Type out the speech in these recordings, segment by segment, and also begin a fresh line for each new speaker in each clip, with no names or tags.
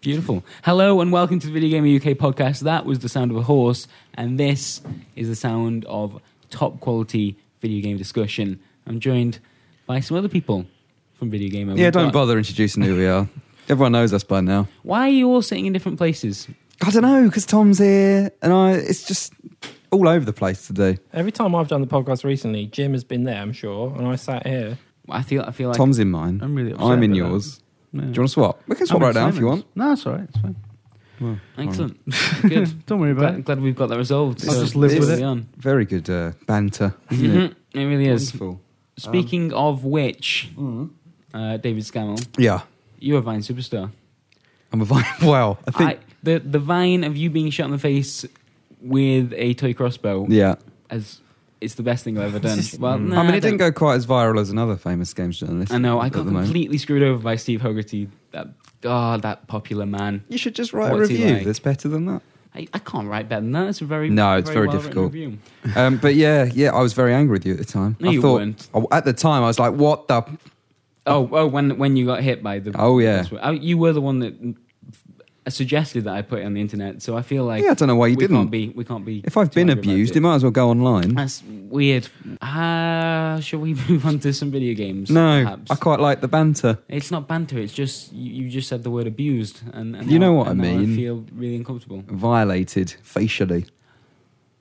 Beautiful. Hello and welcome to the Video Gamer UK podcast. That was the sound of a horse, and this is the sound of top quality video game discussion. I'm joined by some other people from Video Gamer.
Yeah,
We've
don't
got-
bother introducing who we are. Everyone knows us by now.
Why are you all sitting in different places?
I don't know because Tom's here, and I. It's just all over the place today.
Every time I've done the podcast recently, Jim has been there, I'm sure, and I sat here.
I feel. I feel like
Tom's in mine.
I'm really upset
I'm in
with that.
yours.
Yeah.
Do you want to swap? We can swap
I'm
right now if you
excited.
want.
No, it's all right. It's fine.
excellent. Good.
Don't worry about
glad,
it.
glad we've got that resolved.
I'll just live
this
with
is
it.
on.
Very good uh, banter. Isn't
Mhm, It really
it? Um,
is.
Wonderful.
Speaking of which, uh, David Scammell,
Yeah,
you're a Vine superstar.
I'm a vibe. Wow, I think.
I, the the vine of you being shot in the face with a toy crossbow
yeah, Mm.
as it's the best thing I've ever done. well, nah,
I mean, it
don't-
didn't go quite as viral as another famous games journalist.
I know I
at
got
the moment.
completely screwed over by Steve Hogarty. That God, that popular man.
You should just write
What's
a
he
review
like?
that's better than that.
I, I can't write better than that. It's a very
No, it's very
well-written
difficult.
review.
Um, but yeah, yeah, I was very angry with you at the time.
No,
I
you
thought,
weren't.
I- at the time, I was like, "What the?
Oh, oh, when when you got hit by the
Oh, yeah.
I- you were the one that uh, suggested that I put it on the internet. So I feel like
yeah, I don't know why you
we
didn't."
can't be we can't be.
If I've
too
been
angry about
abused,
it.
it might as well go online.
That's weird. Uh, shall we move on to some video games?
No,
perhaps?
I quite like the banter.
It's not banter. It's just you, you just said the word abused, and, and
You
now-
know what
and
I
now
mean.
I feel really uncomfortable.
Violated facially.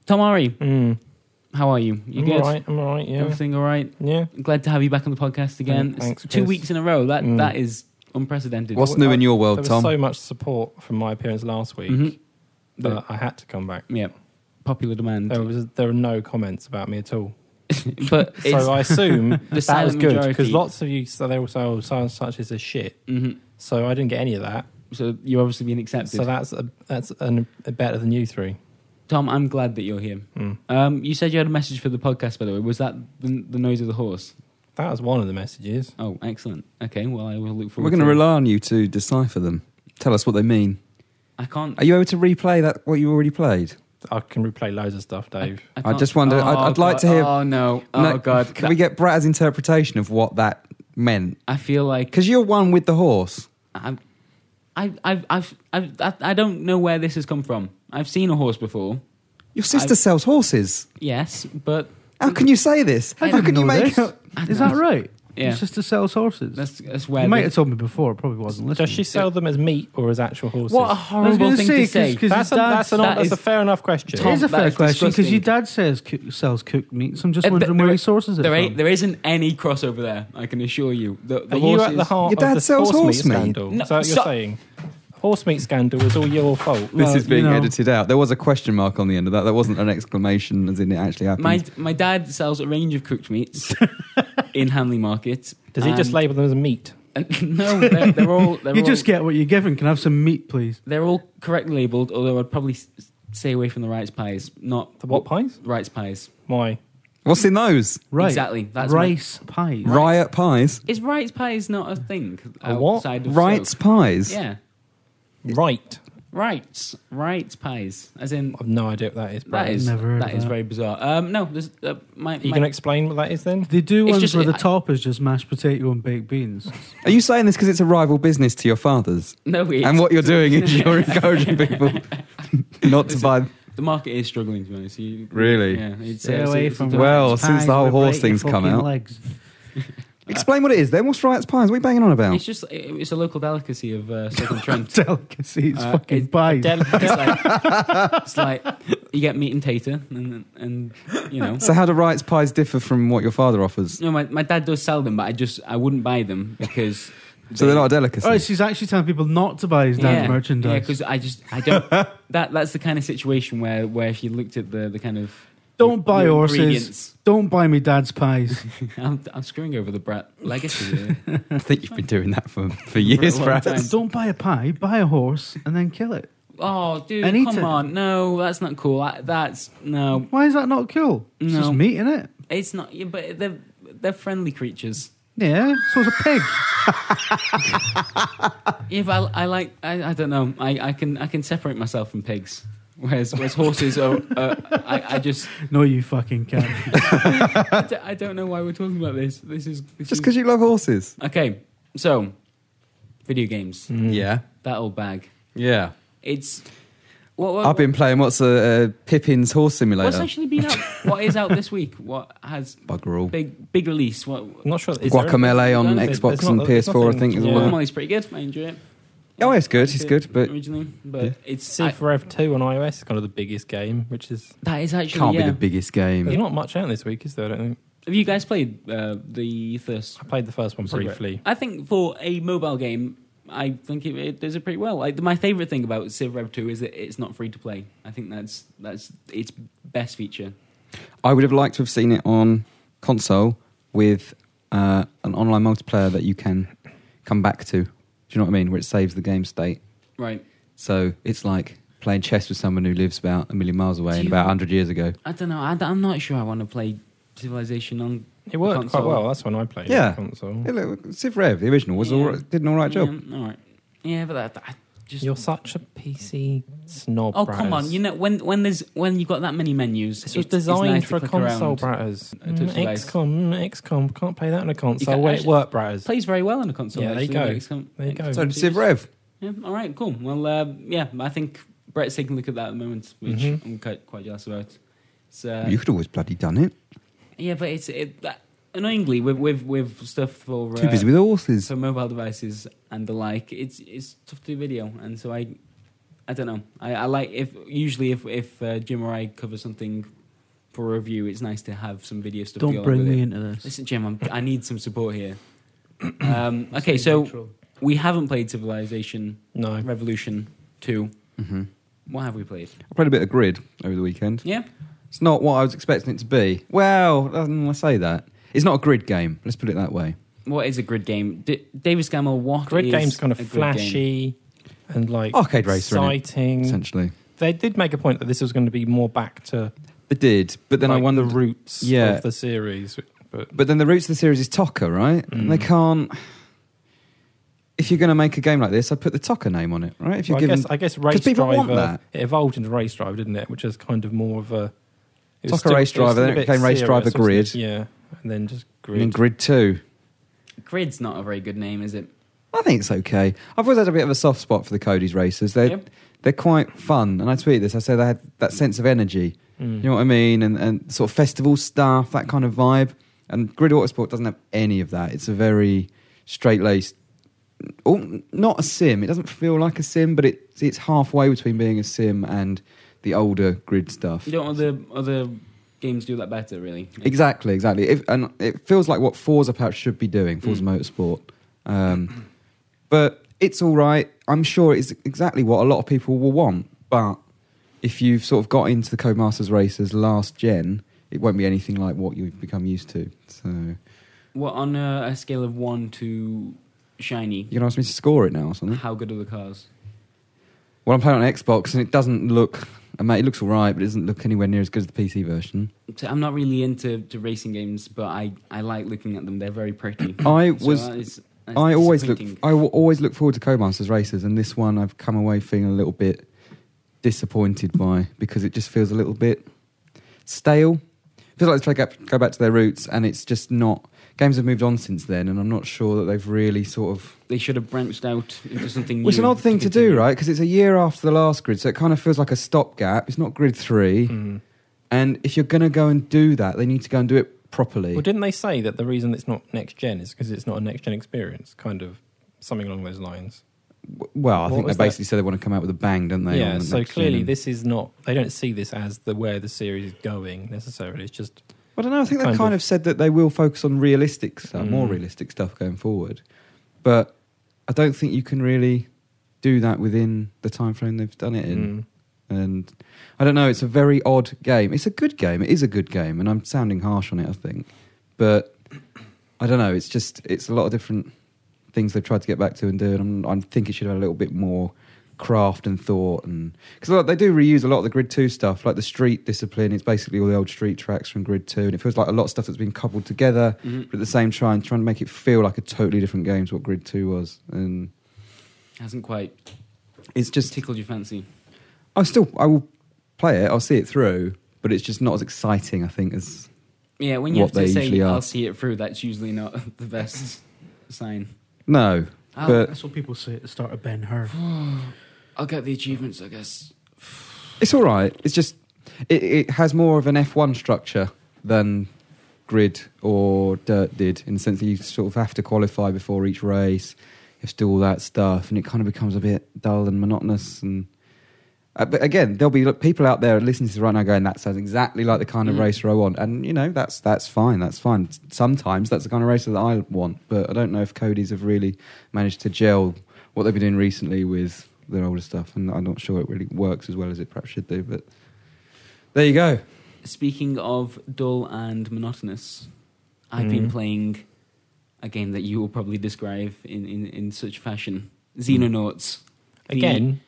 Tomari,
Mm.
how are you? You
I'm
good?
all right, I'm all right, yeah.
Everything all right?
Yeah.
Glad to have you back on the podcast again.
Thank- thanks,
It's two
Piers.
weeks in a row. That
Mm.
that is unprecedented.
What's
Well,
new
I-
in your
There
world,
was
Tom?
so much support from my appearance last week
Mhm.
that I had to come back.
Yeah, popular demand,
There, was, there were no comments about me at all.
but it's,
So I assume that was
silent
good
majority.
because lots of you, so they were so, so such as a shit.
Mhm.
So I didn't get any of that.
so you're obviously being accepted.
So that's a, that's an, a better than you three.
Tom, I'm glad that you're here.
Mm.
Um, you said you had a message for the podcast, by the way. Was that the, the noise of the horse?
That was one of the messages.
Oh, excellent. Okay, well, I will look forward.
We're going to
to it.
rely on you to decipher them. Tell us what they mean.
I can't.
Are you able to replay that what you already played?
I can replay loads of stuff, Dave.
I,
I
can't-
just wonder- I'd-
Oh,
I'd like
God.
to hear-
Oh no! Oh
No,
god!
Can we get Brad's interpretation of what that meant?
I feel like
Because you're one with the horse.
I'm, I, I've, I've, I've, I, I don't know where this has come from. I've seen a horse before,
Your sister
I-
sells horses.
yes, but
How can you say this?
I
How
didn't
can you
know
make
this.
out?
I
Is
don't
that
know.
right?
Yeah.
It's just to sell horses.
That's that's
you
where.
might
the-
have told me before. It probably wasn't listening.
Does she sell them as meat or as actual horses?
what a
I was
horrible
going
thing
say,
to say.
'cause
That's, a,
your dad-
that's, an,
that
that's
is-
a fair enough question.
Tom,
it is a
that
fair
is
question because
disgusting.
your dad says cook, sells cooked meat. So I'm just
Uh,
wondering
there-
where
there-
he sources it
there,
from.
ain't, there isn't any crossover there. I can assure you. The, the
Are
horses,
you at the heart
Your dad
of the
sells
horse,
horse meat.
meat scandal?
No,
is that what
so-
you're saying? Horse meat scandal was all your fault.
This
Well,
is being
you know.
edited out. There was a question mark on the end of that. That wasn't an exclamation, as in it actually happened.
My my dad sells a range of cooked meats in Hanley Market.
Does he just
and-
label them as meat?
and- no, they're, they're all. They're
You
all,
just get what you're given. Can I have some meat, please?
They're all correctly labelled, although I'd probably s- stay away from the rice pies. Not
The what pies?
rice pies.
Why?
What's in those?
Right.
Exactly. That's my-
rice pie.
Riot pies.
Is rights pies not a thing
A what?
outside of
Rights
soap?
pies.
Yeah,
Right.
rights, rights pies. As in,
I've no idea what that is. Brad.
that is
Never heard
that
of
is
that.
very bizarre. Um, no, there's, uh, my,
Are you
my-
going to explain what that is then?
They do
It's
ones
just-
where the
I-
top is just mashed potato and baked beans.
Are you saying this because it's a rival business to your father's?
no. It's,
And what you're doing is you're encouraging people not to buy.
the market is struggling to be honest. You,
Really?
Yeah, it's,
Stay
uh,
away
it's-
from
it's-
Well,
rice
since the
pies,
whole
they'll
horse
break your
thing's come
fucking
out.
legs.
Explain what it is then. What's riot's pies? What are you banging on about?
it's just it- it's a local delicacy of uh, Southern Trent.
Delicacies,
Uh,
fucking
it's-
pies.
Del- it's, like, it's like you get meat and tater, and and you know.
So how do riot's pies differ from what your father offers?
no, my, my dad does sell them, but I just I wouldn't buy them because
So they're not a delicacy.
Oh, she's actually telling people not to buy his dad's
Yeah,
merchandise.
because I just I don't. that that's the kind of situation where where if you looked at the the kind of
Don't buy
the
horses.
ingredients-
Don't buy me dad's pies.
I'm, I'm screwing over the brat legacy. here.
I think you've been doing that for, for years,
long
Brad.
time.
Don't buy a pie, buy a horse, and then kill it.
oh, dude,
And eat
come
it.
on! No, that's not cool. I, that's no,
Why is that not cool? It's
No.
just meat in it.
it's not. Yeah, but they're they're friendly creatures.
Yeah, so it's a pig.
If I I like I, I don't know I, I can I can separate myself from pigs. Whereas, whereas horses are, uh, I, I just
No, you fucking can't.
I don't, I don't know why we're talking about this. This is this
Just
is-
because you love horses.
Okay, so video games.
Mm.
Mm.
Yeah.
That old bag.
Yeah.
It's what, what
I've been playing what's a, a Pippin's horse
what's
simulator.
actually been out. what is out this week? What has
Bugger all.
big big release? What
I'm not sure. is there-
Guacamele on
There's-
Xbox
there's
and
not- there's
PS4, I
nothing-
think, as
Yeah.
well.
Guacamole's pretty good. I enjoy it.
Oh, it's good, it's good, but-
originally, but
Yeah.
it's
Civ Rev 2 on iOS is kind of the biggest game, which is.
I- that is actually
Can't
yeah.
be the biggest game.
There's not much out this week, is there? I don't think.
Have you guys played uh, the Thirst?
I played the first one
Civ Rev?
briefly.
I think for a mobile game, I think it, it does it pretty well. Like, my favorite thing about Civ Rev Two is that it's not free to play. I think that's that's its best feature.
I would have liked to have seen it on console with uh, an online multiplayer that you can come back to. Do you know what I mean? Where it saves the game state.
Right.
So it's like playing chess with someone who lives about a million miles away
Do
and
you-
about 100 years ago.
I don't know. I, am not sure I want to play Civilization on.
It worked quite
Console.
well. That's when I played it,
Yeah.
console.
Yeah, look, Civ Rev, the original, was all
Yeah.
right, did an all right job.
Yeah, all right. Yeah, but that, I just.
You're such a PC snob.
oh come
Bratters.
on! You know when when there's when you've got that many menus,
This
it's,
was
it's
designed
nice to
for a
click
console,
around.
bratters.
touch
Mm,
device.
XCOM, mm, XCOM, can't play that on a console.
can't
Well, it
actually-
worked, bratters.
plays very well on a console.
Yeah, there you
actually,
go.
but it's com-
There you go.
So did Civ Rev.
Yeah, all right, cool. Well, uh, yeah, I think Brett's taking a look at that at the moment, which
Mhm.
I'm quite, quite jealous about. So,
Mm-hmm. you could always bloody done it.
yeah, but it's it, that, annoyingly with, with with stuff for
Too
uh,
busy with horses.
so mobile devices and the like. It's it's tough to do video, and so I, I don't know. I, I like if usually if if uh, Jim or I cover something for review, it's nice to have some video stuff. to go
Don't
along
bring
with it.
me into this.
Listen, Jim, I'm, I need some support here. Um, okay, so we haven't played Civilization
No.
Revolution Two.
hmm
What have we played?
I played a bit of Grid over the weekend.
Yeah,
It's not what I was expecting it to be. Well, um, I say that. It's not a grid game. Let's put it that way.
what is a grid game? D- David Scammell, what
Grid
is
game's kind
a
of
grid game?
flashy and like
Arcade racer, innit?
Mm.
exciting.
Essentially,
They did make a point that this was going to be more back to
they did, but then I
like,
wonder.
the roots
Yeah.
of the series. But
But then the roots of the series is Tocker, right? And they
Mm.
can't. If you're going to make a game like this, I'd put the Tocker name on it, right? If you're
Well, I
giving
guess I guess race
people want
driver.
that.
It evolved into race driver, didn't it? Which is kind of more of a it was
Soccer
still-
Race
it was
Driver,
still a
then it
bit
became Race
serious,
Driver
wasn't it?
Grid.
Yeah, and then just
in
grid.
Grid Two,
Grid's not a very good name, is it?
I think it's okay. I've always had a bit of a soft spot for the Cody's racers. They're
Yep.
they're quite fun, and I tweet this. I say they had that sense of energy.
Mm.
You know what I mean? And and sort of festival stuff, that kind of vibe. And Grid Autosport doesn't have any of that. It's a very straight laced. Oh, not a sim. It doesn't feel like a sim, but it it's halfway between being a sim and the older grid stuff.
You don't other other games do that better, really.
Exactly, exactly. If, and it feels like what Forza perhaps should be doing, Forza Motorsport. Um, but it's all right. I'm sure it's exactly what a lot of people will want. But if you've sort of got into the Codemasters races last gen, it won't be anything like what you've become used to. So you're
What on a, a scale of one to shiny?
gonna ask me to score it now or something?
How good are the cars?
Well, I'm playing on Xbox and it doesn't look. I mean, it looks all right, but it doesn't look anywhere near as good as the PC version.
So I'm not really into to racing games, but I, I like looking at them. They're very pretty.
I
So uh,
was.
that is- that's
I always look.
disappointing.
I will always look forward to Codemasters races, and this one I've come away feeling a little bit disappointed by because it just feels a little bit stale. Feels like they try to go back to their roots, and it's just not. Games have moved on since then, and I'm not sure that they've really sort of.
They should have branched out into something new.
Well, it's an odd thing to do,
continue.
right? Because it's a year after the last grid, so it kind of feels like a stopgap. It's not Grid Three,
Mm.
and if you're going to go and do that, they need to go and do it properly.
Well, didn't they say that the reason it's not next gen is because it's not a next gen experience? Kind of something along those lines.
W- well, I
What
think they
was that?
basically said they want to come out with a bang, don't they? on
yeah.
the
So
next
clearly,
gen?
this is not. They don't see this as the where the series is going necessarily. It's just
I don't know. I think they've kind,
Kind
of.
of.
said that they will focus on realistic stuff, more
Mm.
realistic stuff going forward. But I don't think you can really do that within the time frame they've done it in.
mm,
And I don't know. It's a very odd game. It's a good game. It is a good game, and I'm sounding harsh on it. I think, but I don't know. It's just it's a lot of different things they've tried to get back to and do, and I'm, I think it should have a little bit more craft and thought and because they do reuse a lot of the grid 2 stuff like the street discipline it's basically all the old street tracks from grid 2 and it feels like a lot of stuff that's been coupled together
Mhm.
but at the same time trying to make it feel like a totally different game to what grid 2 was and
Hasn't quite
it's just
tickled your fancy.
I still I will play it. I'll see it through, but it's just not as exciting. I think as
Yeah, when you
What
have to
they
say
usually are.
"I'll see it through," that's usually not the best sign.
no,
I'll,
But-
That's what people say at the start of Ben Hur.
Oh. I'll get the achievements, I guess.
It's all right. It's just it, it has more of an F1 structure than grid or dirt did in the sense that you sort of have to qualify before each race. You have to do all that stuff, and it kind of becomes a bit dull and monotonous. And uh, but again, there'll be people out there listening to this right now going, "That sounds exactly like the kind of
Mm.
racer I want." And you know, that's that's fine. That's fine. Sometimes that's the kind of racer that I want, but I don't know if Cody's have really managed to gel what they've been doing recently with their older stuff, and I'm not sure it really works as well as it perhaps should do. But there you go.
Speaking of dull and monotonous, I've been
Mm-hmm.
Mhm.
playing a game that you will probably describe in, in, in such fashion Xenonauts. The-
Again,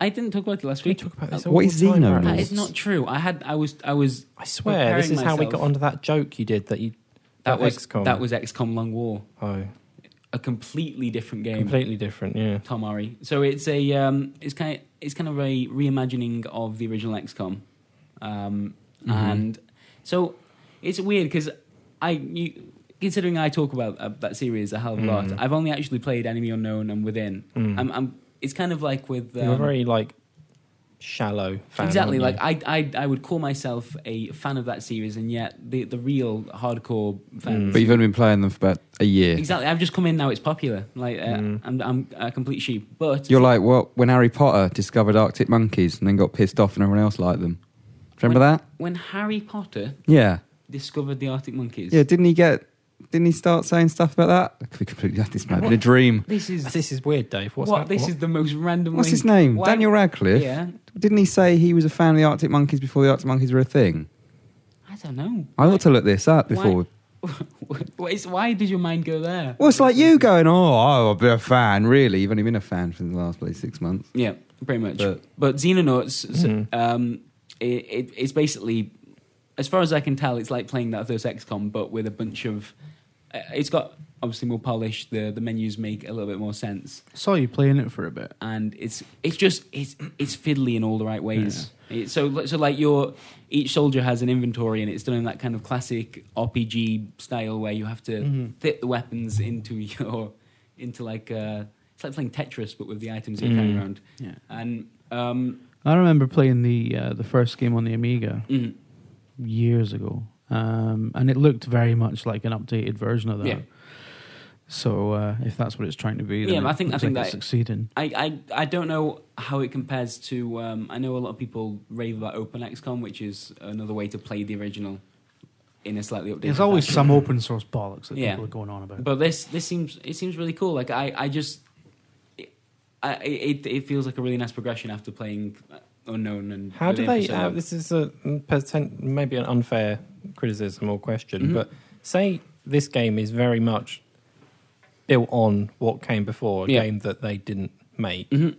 I didn't talk about it last
we
week.
talk about this
Uh,
all
what is
the time,
Xeno
Aaron.
That
Xenonauts?
is not true. I had I was I was
I swear, this
Preparing
is how we
myself.
got onto that joke you did that you.
that was
XCOM.
that was XCOM Long War.
oh,
A completely different game.
completely different. Yeah,
Tom Ari. So it's a um, it's kind of, it's kind of a reimagining of the original XCOM, um,
Mm-hmm.
Mhm.
and so it's weird because I you, considering I talk about uh, that series a hell of a lot.
Mm.
I've only actually played Enemy Unknown and Within.
Mm.
I'm, I'm it's kind of like with
you're a
um,
very like shallow. Fan,
exactly like
aren't you?
I, I I would call myself a fan of that series, and yet the the real hardcore fans.
Mm. But
you've only been playing them for about a year.
Exactly. I've just come in now. It's popular. Like uh,
Mm.
I'm, I'm a complete sheep. But
You're like well, when Harry Potter discovered Arctic monkeys and then got pissed off, and everyone else liked them. Do you Remember that?
when Harry Potter
Yeah,
discovered the Arctic monkeys.
yeah. Didn't he get? Didn't he start saying stuff about that? I could be completely. This might have been a dream.
This is
This is weird, Dave. What's
what
hap-
this
what?
is the most random.
What's
link.
his name?
Why-
Daniel Radcliffe.
Yeah,
Didn't he say he was a fan of the Arctic monkeys before the Arctic monkeys were a thing?
I don't know.
I ought to look this up
Why-
before.
Why, is- why did your mind go there?
Well, it's like you going, oh, I'll be a fan. Really, you've only been a fan for the last like six months.
Yeah, pretty much. But,
But- Mm-hmm.
Xenonauts, s-
Mhm.
um, it, it, it's basically, as far as I can tell, it's like playing that first XCOM, but with a bunch of. Uh, it's got obviously more polish. The the menus make a little bit more sense,
Saw you playing it for a bit.
and it's it's just it's it's fiddly in all the right ways. It- so so like your each soldier has an inventory, and it's done in that kind of classic RPG style where you have to
Mhm.
fit the weapons into your into like uh, it's like playing Tetris, but with the items you're
Mm.
carrying around.
Yeah.
And um,
I remember playing the uh, the first game on the Amiga
mm,
years ago, um, and it looked very much like an updated version of that.
Yeah.
So uh, if that's what it's trying to be, then
Yeah,
it
I think- I
looks
think
like it's
that-
succeeding.
I, I I don't know how it compares to. Um, I know a lot of people rave about OpenXCon, which is another way to play the original in a slightly updated.
There's always
fashion.
some open source bollocks that
Yeah.
people are going on about.
But this this seems it seems really cool. Like I I just it, I, it it feels like a really nice progression after playing Unknown and
How do
Within for
they?
so
How,
long.
this is a potent, maybe an unfair criticism or question,
Mhm.
but say this game is very much built on what came before, a
Yeah.
game that they didn't make,
Mhm.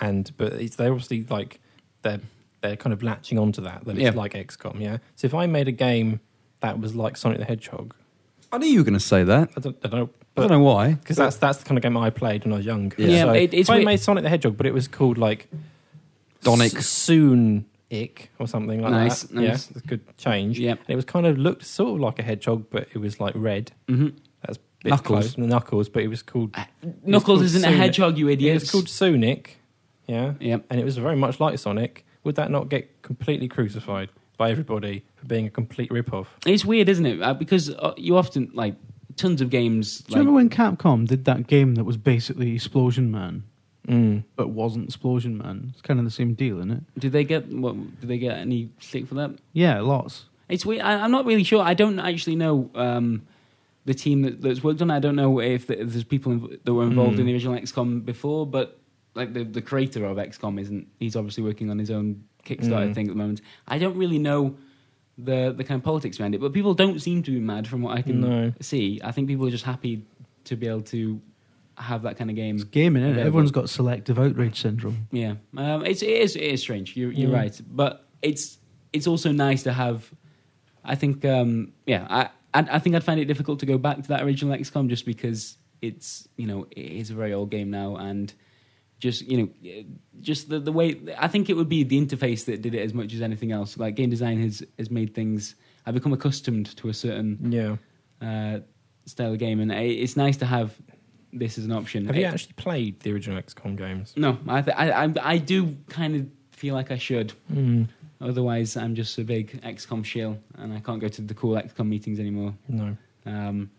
and but it's, they're obviously like they're they're kind of latching onto that that
Yeah.
it's like XCOM, yeah. So if I made a game that was like Sonic the Hedgehog,
I knew you were going to say that.
I don't, I don't know,
I don't
but
know why.
because that's that's the kind of game I played when I was younger.
Yeah.
Yeah,
so
it- it's
if I
weird-
made Sonic the Hedgehog, but it was called like
Sonic.
S- soon ick or something like
Nice,
that.
nice.
Yeah, it's a good change.
Yeah.
And it was kind of looked sort of like a hedgehog, but it was like red.
Mhm.
That's a bit
Knuckles.
close. Knuckles, but it was called
Uh, Knuckles
called
isn't a
Sonic.
hedgehog, you
it
idiot.
was called Sonic. Yeah.
Yep.
And it was very much like Sonic. Would that not get completely crucified by everybody for being a complete rip-off?
It's weird, isn't it? Uh, because uh, you often like tons of games.
Do you
like,
remember when Capcom did that game that was basically Explosion Man,
Mm.
but wasn't Explosion Man? It's kind of the same deal, isn't it?
Did they get what? Did they get any stick for that?
Yeah, lots.
It's weird. I, I'm not really sure. I don't actually know um, the team that, that's worked on. it. I don't know if, th there's people inv- that were involved
Mm.
in the original XCOM before, but like the the creator of XCOM isn't. He's obviously working on his own Kickstarter
Mm.
thing at the moment. I don't really know the the kind of politics behind it, but people don't seem to be mad from what I can
No.
see. I think people are just happy to be able to have that kind of
It's
game.
gaming, is
Available.
Everyone's got selective outrage syndrome.
Yeah, um, it's it is it is strange. You're, you're
Yeah.
right, but it's it's also nice to have. I think um, yeah, I, I I think I'd find it difficult to go back to that original XCOM just because it's you know it is a very old game now and just you know just the the way I think it would be the interface that did it as much as anything else. Like game design has has made things. I've become accustomed to a certain
Yeah.
uh, style of game, and i- it's uh, nice to have this is an option.
Have you
It-
actually played the original XCOM games?
No, I, th- I, I, I do kind of feel like I should.
Mm,
Otherwise, I'm just a big XCOM shill, and I can't go to the cool XCOM meetings anymore.
no.
Um,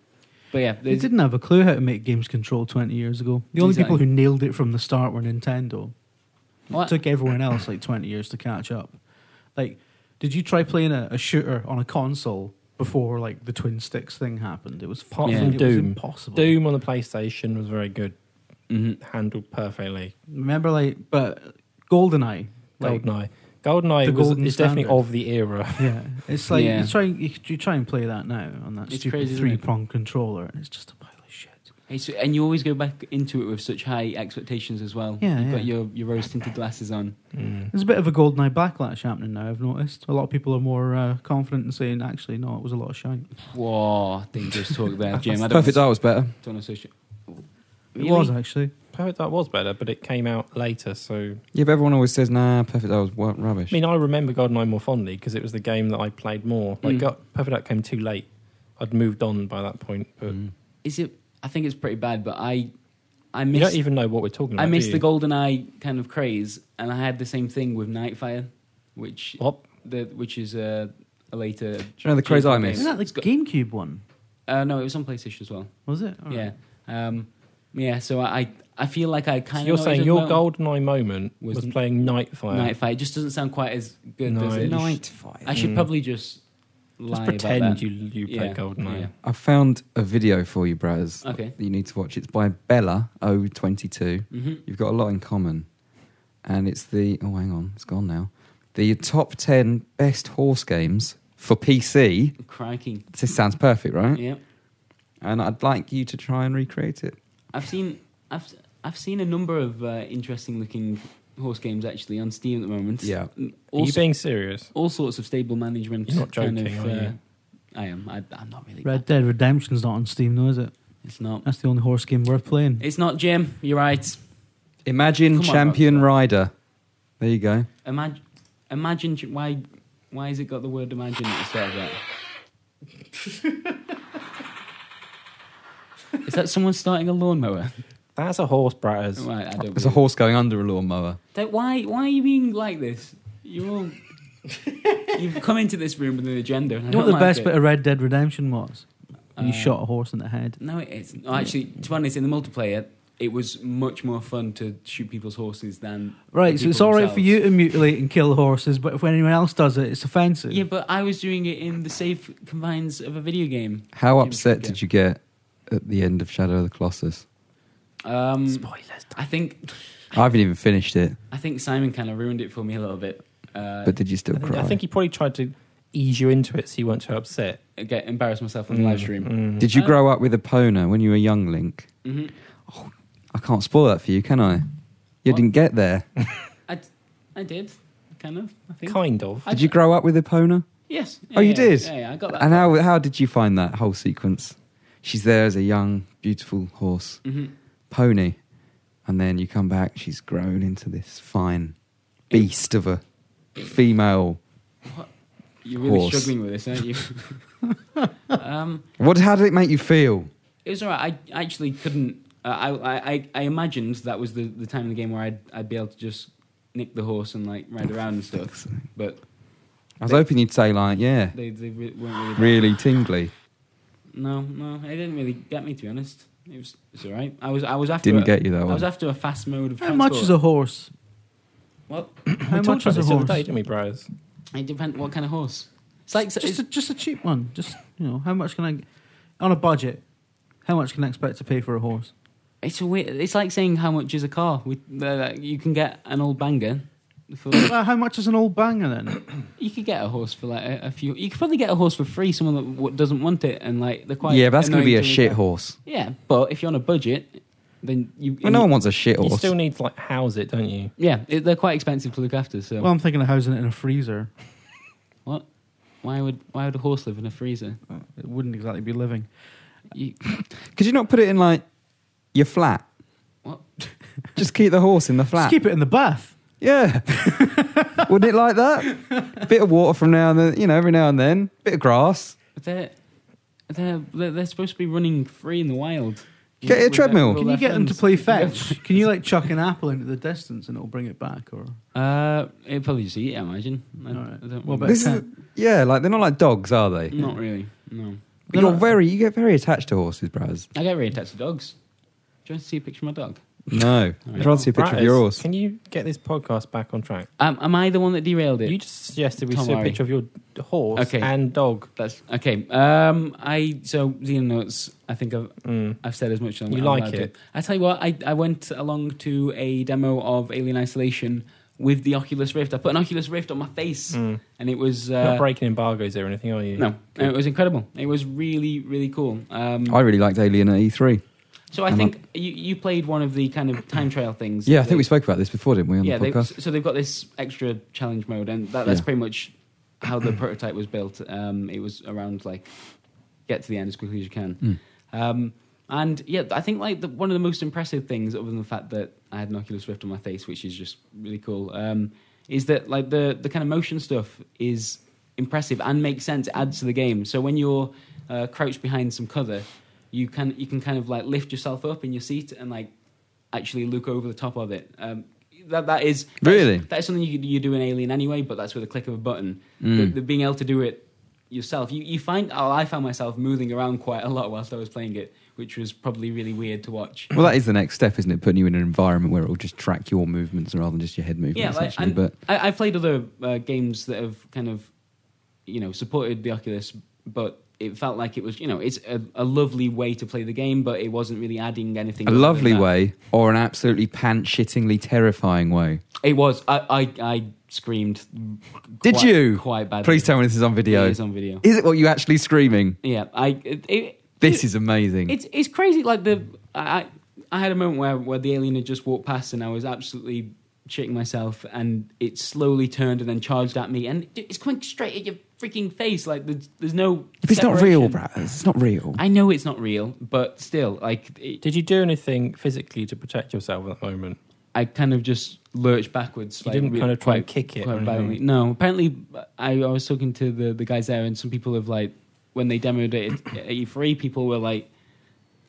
but yeah,
They
there's,
didn't have a clue how to make games control 20 years ago. The only
Exactly.
people who nailed it from the start were Nintendo.
Well,
It took everyone else like 20 years to catch up. Like, did you try playing a, a shooter on a console before like the twin sticks thing happened? It was
Apart
fucking-
from
it was
Doom.
impossible.
Doom on the PlayStation was very good,
Mhm.
handled perfectly.
Remember, like, but GoldenEye. Like,
Goldeneye. Goldeneye
The
was
golden
it's definitely
standard.
of the era.
yeah, it's like
Yeah.
you try you, could- you try and play that now on that
It's
stupid
crazy, isn't it?
three prong controller, and it's just a pile of shit.
it's- and you always go back into it with such high expectations as well.
Yeah,
You've
yeah.
got your, your rose tinted glasses on.
Mm.
There's a bit of a GoldenEye backlash happening now. I've noticed a lot of people are more uh, confident in saying, actually, no, it was a lot of shite.
Whoa, dangerous talk there, Jim. I don't,
Perfect Dark was better.
don't associate.
It was
Really?
actually.
Perfect Dark was better, but it came out later, so
Yeah, but everyone always says, nah, Perfect Dark was wa- rubbish.
I mean, I remember Goldeneye more fondly because it was the game that I played more. Like,
Mm.
got, Perfect Dark came too late. I'd moved on by that point, but
Mm.
Is it? I think it's pretty bad, but I, I
you don't
missed,
even know what we're talking about.
I missed
do
the
you?
golden eye kind of craze, and I had the same thing with Nightfire, which
What?
the, which is uh, a later.
you know the craze I miss?
Isn't that the
It's got-
GameCube one?
Uh, no, it was on PlayStation as well.
Was it? All
yeah,
right.
um, yeah. So I, I feel like I
So
kind of.
you're saying your Goldeneye moment was,
Was n-
playing Nightfire.
Nightfire. It just doesn't sound quite as good.
No,
does it?
you sh-
I should
Mm.
probably just lie
Just
about
pretend
that.
you you
Yeah,
played Goldeneye.
yeah.
I found a video for you, Braz.
Okay.
that You need to watch. It's by Bella022.
Mhm.
You've got a lot in common. And it's the. Oh, hang on. It's gone now. The top 10 best horse games for PC.
Crikey.
This sounds perfect,
Mm.
right?
Yeah.
And I'd like you to try and recreate it.
I've seen I've I've seen a number of uh, interesting looking horse games actually on Steam at the moment.
Yeah.
All,
Are you
so-
being serious?
all sorts of stable management.
You're not
kind
joking,
of, uh,
are you?
I am. I, I'm not really.
Red Dead Redemption's not on Steam, though, is it?
It's not.
That's the only horse game worth playing.
It's not Jim. You're right.
Imagine
Come on,
Champion
Braz.
Rider. There you go.
Imagine. Imagine ch- why. Why has it got the word imagine at the start of that? Is that someone starting a lawnmower?
That's a horse, Bratters.
Right, I don't
There's a
believe
horse going under a lawnmower.
it. Don't- Why? Why are you being like this? You're all. You've come into this room with an agenda. And I
You know what
don't
the
like
best
it.
bit of Red Dead Redemption was? When you
Uh,
shot a horse in the head.
No, it isn't. No, actually, to be honest, in the multiplayer, it was much more fun to shoot people's horses than
Right,
the
so it's
people
all right for
themselves.
you to mutilate and kill horses, but if anyone else does it, it's offensive.
Yeah, but I was doing it in the safe confines of a video game.
How
Jim
upset
Kincaid.
did you get at the end of Shadow of the Colossus?
Um,
Spoilers.
I think
I haven't even finished it,
I think Simon kind of ruined it for me a little bit. Uh,
but did you still
I think,
cry?
I think he probably tried to ease you into it so you weren't too upset.
I get embarrassed myself on the live stream.
Mm, mm.
did you
I-
grow up with a Pona when you were young, Link?
hmm
I can't spoil that for you, can I? You
What?
didn't get there.
I, I did, kind of. I think.
Kind of.
I-
Did you grow up with a Pona?
Yes.
Oh, you
yeah,
did?
Yeah, yeah, I got that.
And how, how did you find that whole sequence? She's there as a young, beautiful horse,
hmm
pony, and then you come back, she's grown into this fine beast of a female.
You're really
Horse.
struggling with this, aren't you? um,
What? How did it make you feel?
It was all right. I actually couldn't. Uh, I, I, I- I imagined that was the, the time in the game where I'd, I'd be able to just nick the horse and like ride around and stuff. But
I was hoping you'd say like, yeah,
they, they re- weren't really.
really tingly.
No, no, it didn't really get me to be honest. It was it's all right. I was I was after
Didn't
a,
get you that
I was
one.
after a fast mode of
How much is a horse?
what?
we
How much
talked about
is a
this the other
horse?
day, didn't we, Bratters?
It depends what kind of horse. It's like
just, a, just a cheap one. Just, you know, how much can I, on a budget, how much can I expect to pay for a horse?
it's a weird, it's like saying how much is a car. With uh, like, you can get an old banger. For,
well, how much is an old banger then?
you could get a horse for like a, a few. You could probably get a horse for free. Someone that w- doesn't want it and like they're quite.
yeah, but that's going to be
annoying
a
look
shit
at.
horse.
Yeah, but if you're on a budget, then you.
Well, no one wants a shit
You
horse.
still need to like house it, don't you?
Yeah, it, they're quite expensive to look after. So
Well, I'm thinking of housing it in a freezer.
what? Why would why would a horse live in a freezer?
It wouldn't exactly be living.
You,
Could you not put it in like your flat?
What?
Just keep the horse in the flat.
Just keep it in the bath.
Yeah. Wouldn't it like that? Bit of water from now and then, you know, every now and then. Bit of grass.
they're, they're they're they're supposed to be running free in the wild.
Get a
with their-
treadmill.
with all
Can you
their
get them to
friends.
play fetch? Can you like chuck an apple into the distance and it'll bring it back? Or
Uh, it'd probably just eat it, I imagine. I,
All
I
right.
don't
Well,
well,
but
This is,
can-
yeah, like they're not like dogs, are they?
not really. No,
But
They're
you're
not-
very, you get very attached to horses, Braz.
I get really attached to dogs. Do you want to see a picture of my dog?
No, I'd rather see a picture of
Bratters,
your horse.
Can you get this podcast back on track?
Um, am I the one that derailed it?
You just suggested we
Don't
see a
worry.
picture of your d- horse
Okay.
and dog.
That's okay. Um, I so Xenonauts. I think I've
Mm.
I've said as much as I'm
You
I'm
like
allowed to.
it?
I tell you what, I, I went along to a demo of Alien Isolation with the Oculus Rift. I put an Oculus Rift on my face,
Mm.
and it was
You're
uh,
not breaking embargoes or anything, are you?
no, it was incredible. It was really really cool. Um,
I really liked Alien at E E3.
so I
I'm
think you, you played one of the kind of time trial things.
Yeah, I think
They-
we spoke about this before, didn't we, on
yeah,
the
they,
podcast?
so they've got this extra challenge mode, and that, that's
Yeah.
pretty much how the prototype was built. Um, it was around like get to the end as quickly as you can.
Mm.
Um, and yeah, I think like the, one of the most impressive things, other than the fact that I had an Oculus Rift on my face, which is just really cool, um, is that like the the kind of motion stuff is impressive and makes sense. It adds to the game. So when you're uh, crouched behind some cover, you can you can kind of like lift yourself up in your seat and like actually look over the top of it. Um, that that is that is-
Really?
that is something you you do in Alien anyway, but that's with a click of a button.
Mm.
The, the being able to do it yourself, you you find oh, I found myself moving around quite a lot whilst I was playing it, which was probably really weird to watch.
Well, that is the next step, isn't it? Putting you in an environment where it will just track your movements rather than just your head movements,
Yeah, like,
actually.
and
but
I, I've played other uh, games that have kind of, you know, supported the Oculus, but it felt like it was, you know, it's a, a lovely way to play the game, but it wasn't really adding anything.
a
other than
lovely
that.
way or an absolutely pant-shittingly terrifying way.
It was. I I, I screamed.
Did
quite-
you?
Quite badly.
Please tell me this is on video.
It is on video.
Is it what you actually screaming?
Yeah, I. It, it,
This is amazing.
It's it's crazy. Like the I I I had a moment where where the alien had just walked past and I was absolutely shitting myself, and it slowly turned and then charged at me, and it- it's coming straight at your freaking face. Like there's, there's no.
if it's not real,
separation.
Brad, it's not real.
I know it's not real, but still, like it,
Did you do anything physically to protect yourself at that moment?
I kind of just lurched backwards.
You
like,
didn't
re-
kind of try
quite-
and kick it. or
quite
anything?
violently. No, apparently I, I was talking to the, the guys there, and some people have like when they demoed it at E3, people were like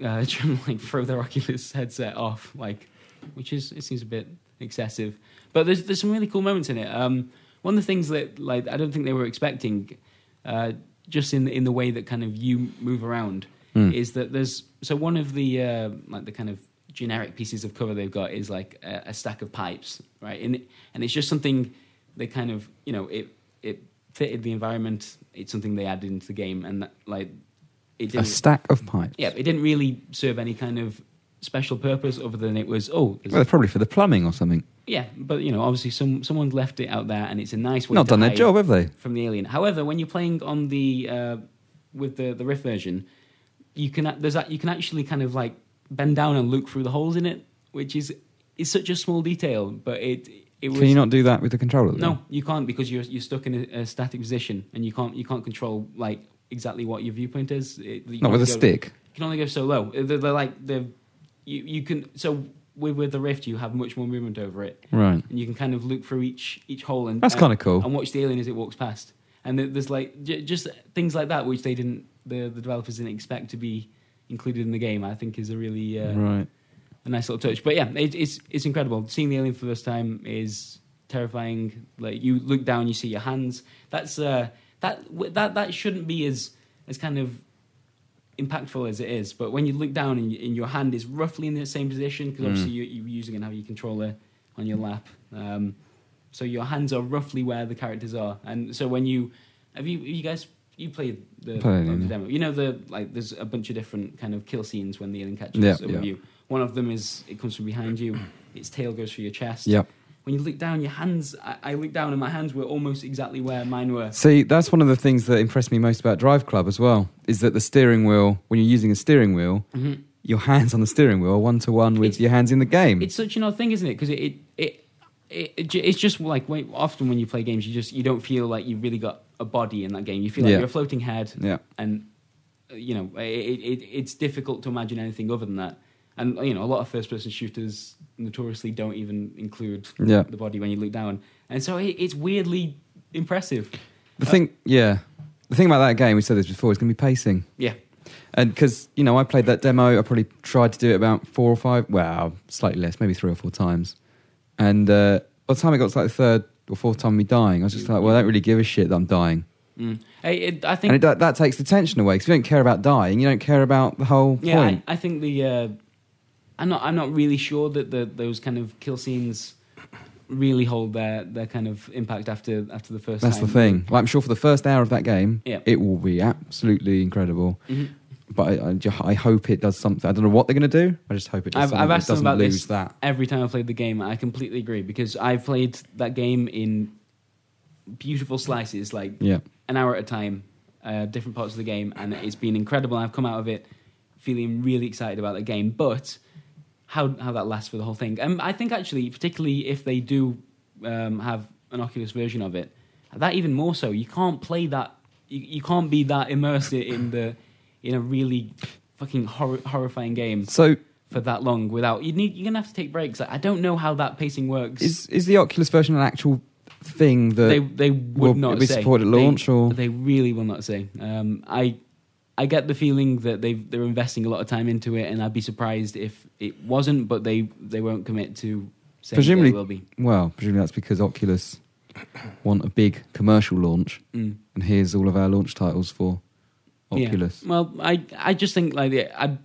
uh, trying to like throw their Oculus headset off, like which is it seems a bit excessive. But there's there's some really cool moments in it. Um, one of the things that like I don't think they were expecting, uh, just in in the way that kind of you move around,
Mm.
is that there's so one of the uh, like the kind of generic pieces of cover they've got is like a, a stack of pipes, right? And and it's just something they kind of you know it it fitted the environment. It's something they added into the game, and that, like it
A
didn't.
stack of pipes.
yeah, it didn't really serve any kind of special purpose other than it was oh there's-
Well, they're probably for the plumbing or something.
yeah, but you know obviously some someone's left it out there, and it's a nice way
Not
to
done their
hide
job, have they?
from the alien. However, when you're playing on the uh, with the the Rift version, you can a- there's that you can actually kind of like bend down and look through the holes in it, which is is such a small detail, but it it was
Can you not do that with the controller? then?
no you can't because you're you're stuck in a, a static position and you can't you can't control like exactly what your viewpoint is. It, you
Not
can't
with a
go-
stick.
You can only go so low. Uh, They're, they're like the you you can so. With, with the rift, you have much more movement over it, Uh,
Right.
and you can kind of look through each each hole and
That's
and-
kind of cool.
and watch the alien as it walks past. And there- there's like j- just things like that which they didn't, the, the developers didn't expect to be included in the game. I think is a really uh,
Right.
a nice little touch. But yeah, it, it's it's incredible. Seeing the alien for the first time is terrifying. Like you look down, you see your hands. That's uh, that that that shouldn't be as as kind of impactful as it is. But when you look down and, and your hand is roughly in the same position, because
Mm.
obviously you, you're using and have your controller on your lap, um, so your hands are roughly where the characters are. And so when you have you you guys you played the,
Played,
the
yeah.
demo, Um, you know the like there's a bunch of different kind of kill scenes when the alien catches
Yeah,
up
yeah.
with you. One of them is it comes from behind you, its tail goes through your chest.
Yep.
When you look down, your hands. I, I looked down and my hands were almost exactly where mine were.
See, that's one of the things that impressed me most about Drive Club as well, is that the steering wheel, when you're using a steering wheel,
Mhm.
your hands on the steering wheel are one to one with
It's-
your hands in the game.
It's such an odd thing, isn't it? Because it it, it it it ju- it's just like wait, often when you play games, you just you don't feel like you've really got a body in that game. You feel like
Yeah.
you're a floating head,
Yeah.
and uh, you know it, it, it, it's difficult to imagine anything other than that. And you know a lot of first-person shooters notoriously don't even include
Yeah.
the body when you look down, and so it, it's weirdly impressive.
The thing, yeah. The thing about that game, we said this before, is going to be pacing.
Yeah,
And because you know, I played that demo. I probably tried to do it about four or five. Well, slightly less, maybe three or four times. And uh, by the time I got to like the third or fourth time me dying, I was just like, well, I don't really give a shit that I'm dying.
Mm. I, it, I think
And it, that, that takes the tension away because you don't care about dying. You don't care about the whole
Yeah, I,
point.
I think the uh, I'm not I'm not really sure that the, those kind of kill scenes really hold their, their kind of impact after after the first.
That's the
time.
thing. Like, I'm sure for the first hour of that game,
Yeah.
it will be absolutely incredible.
Mhm.
But I, I, ju- I hope it does something. I don't know what they're going to do. I just hope it does
I've-
something
I've
that
asked them
doesn't
about
lose
this.
that.
Every time I played the game, I completely agree because I've played that game in beautiful slices, like
Yeah.
an hour at a time, uh, different parts of the game, and it's been incredible. I've come out of it feeling really excited about the game, but how how that lasts for the whole thing. Um, I think actually, particularly if they do um, have an Oculus version of it, that even more so. You can't play that. You, you can't be that immersed in the in a really fucking hor- horrifying game
So
for that long without you need. You're gonna have to take breaks. Like, I don't know how that pacing works.
is is the Oculus version an actual thing that
they they would
will
not
be
say.
supported at
They-
launch or
They really will not say. Um, I I get the feeling that they they're investing a lot of time into it, and I'd be surprised if it wasn't. But they they won't commit to saying
Presumably-
that it will be.
well, presumably that's because Oculus want a big commercial launch,
Mm.
and here's all of our launch titles for
Yeah.
Oculus.
Well, I I just think like the- I.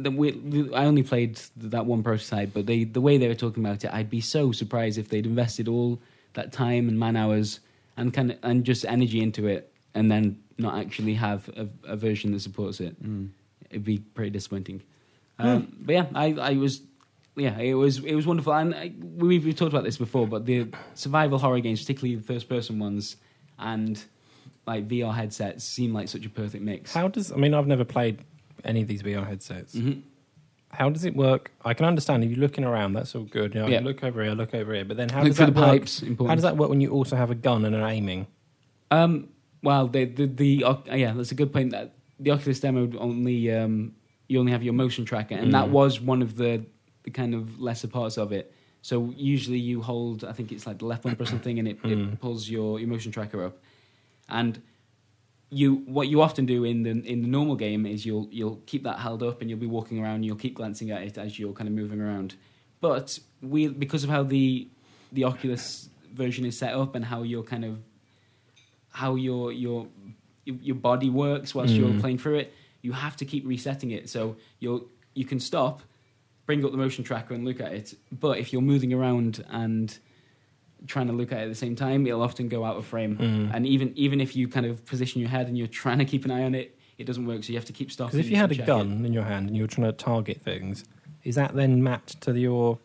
The, we, the- I only played that one prototype, but they, the way they were talking about it, I'd be so surprised if they'd invested all that time and man hours and kind of, and just energy into it, and then not actually have a, a version that supports it. it'd be pretty disappointing. Um, but yeah, I, I was, yeah, it was it was wonderful. And I, we we've talked about this before, but the survival horror games, particularly the first person ones, and like VR headsets, seem like such a perfect mix.
How does I mean? I've never played any of these VR headsets.
Mhm.
How does it work? I can understand if you're looking around, that's all good. You know,
Yeah.
I look over here, look over here. But then how
Look
does
through
that
the
work?
pipes. Important.
How does that work when you also have a gun and are aiming?
Um, well, the the, the Oc- uh, yeah, that's a good point. That the Oculus demo only um, you only have your motion tracker, and that
Mm.
was one of the the kind of lesser parts of it. So usually you hold, I think it's like the left bumper or something, and it, it
Mm.
pulls your, your motion tracker up. And you what you often do in the in the normal game is you'll you'll keep that held up and you'll be walking around and you'll keep glancing at it as you're kind of moving around. But we because of how the the Oculus version is set up and how your kind of how your your your body works whilst you're
Mm.
playing through it, you have to keep resetting it. So you'll you can stop, bring up the motion tracker and look at it. But if you're moving around and trying to look at it at the same time, it'll often go out of frame.
Mm.
And even even if you kind of position your head and you're trying to keep an eye on it, it doesn't work. So you have to keep stopping.
Because if you
to
had a
check it.
gun in your hand and you were trying to target things, is that then mapped to your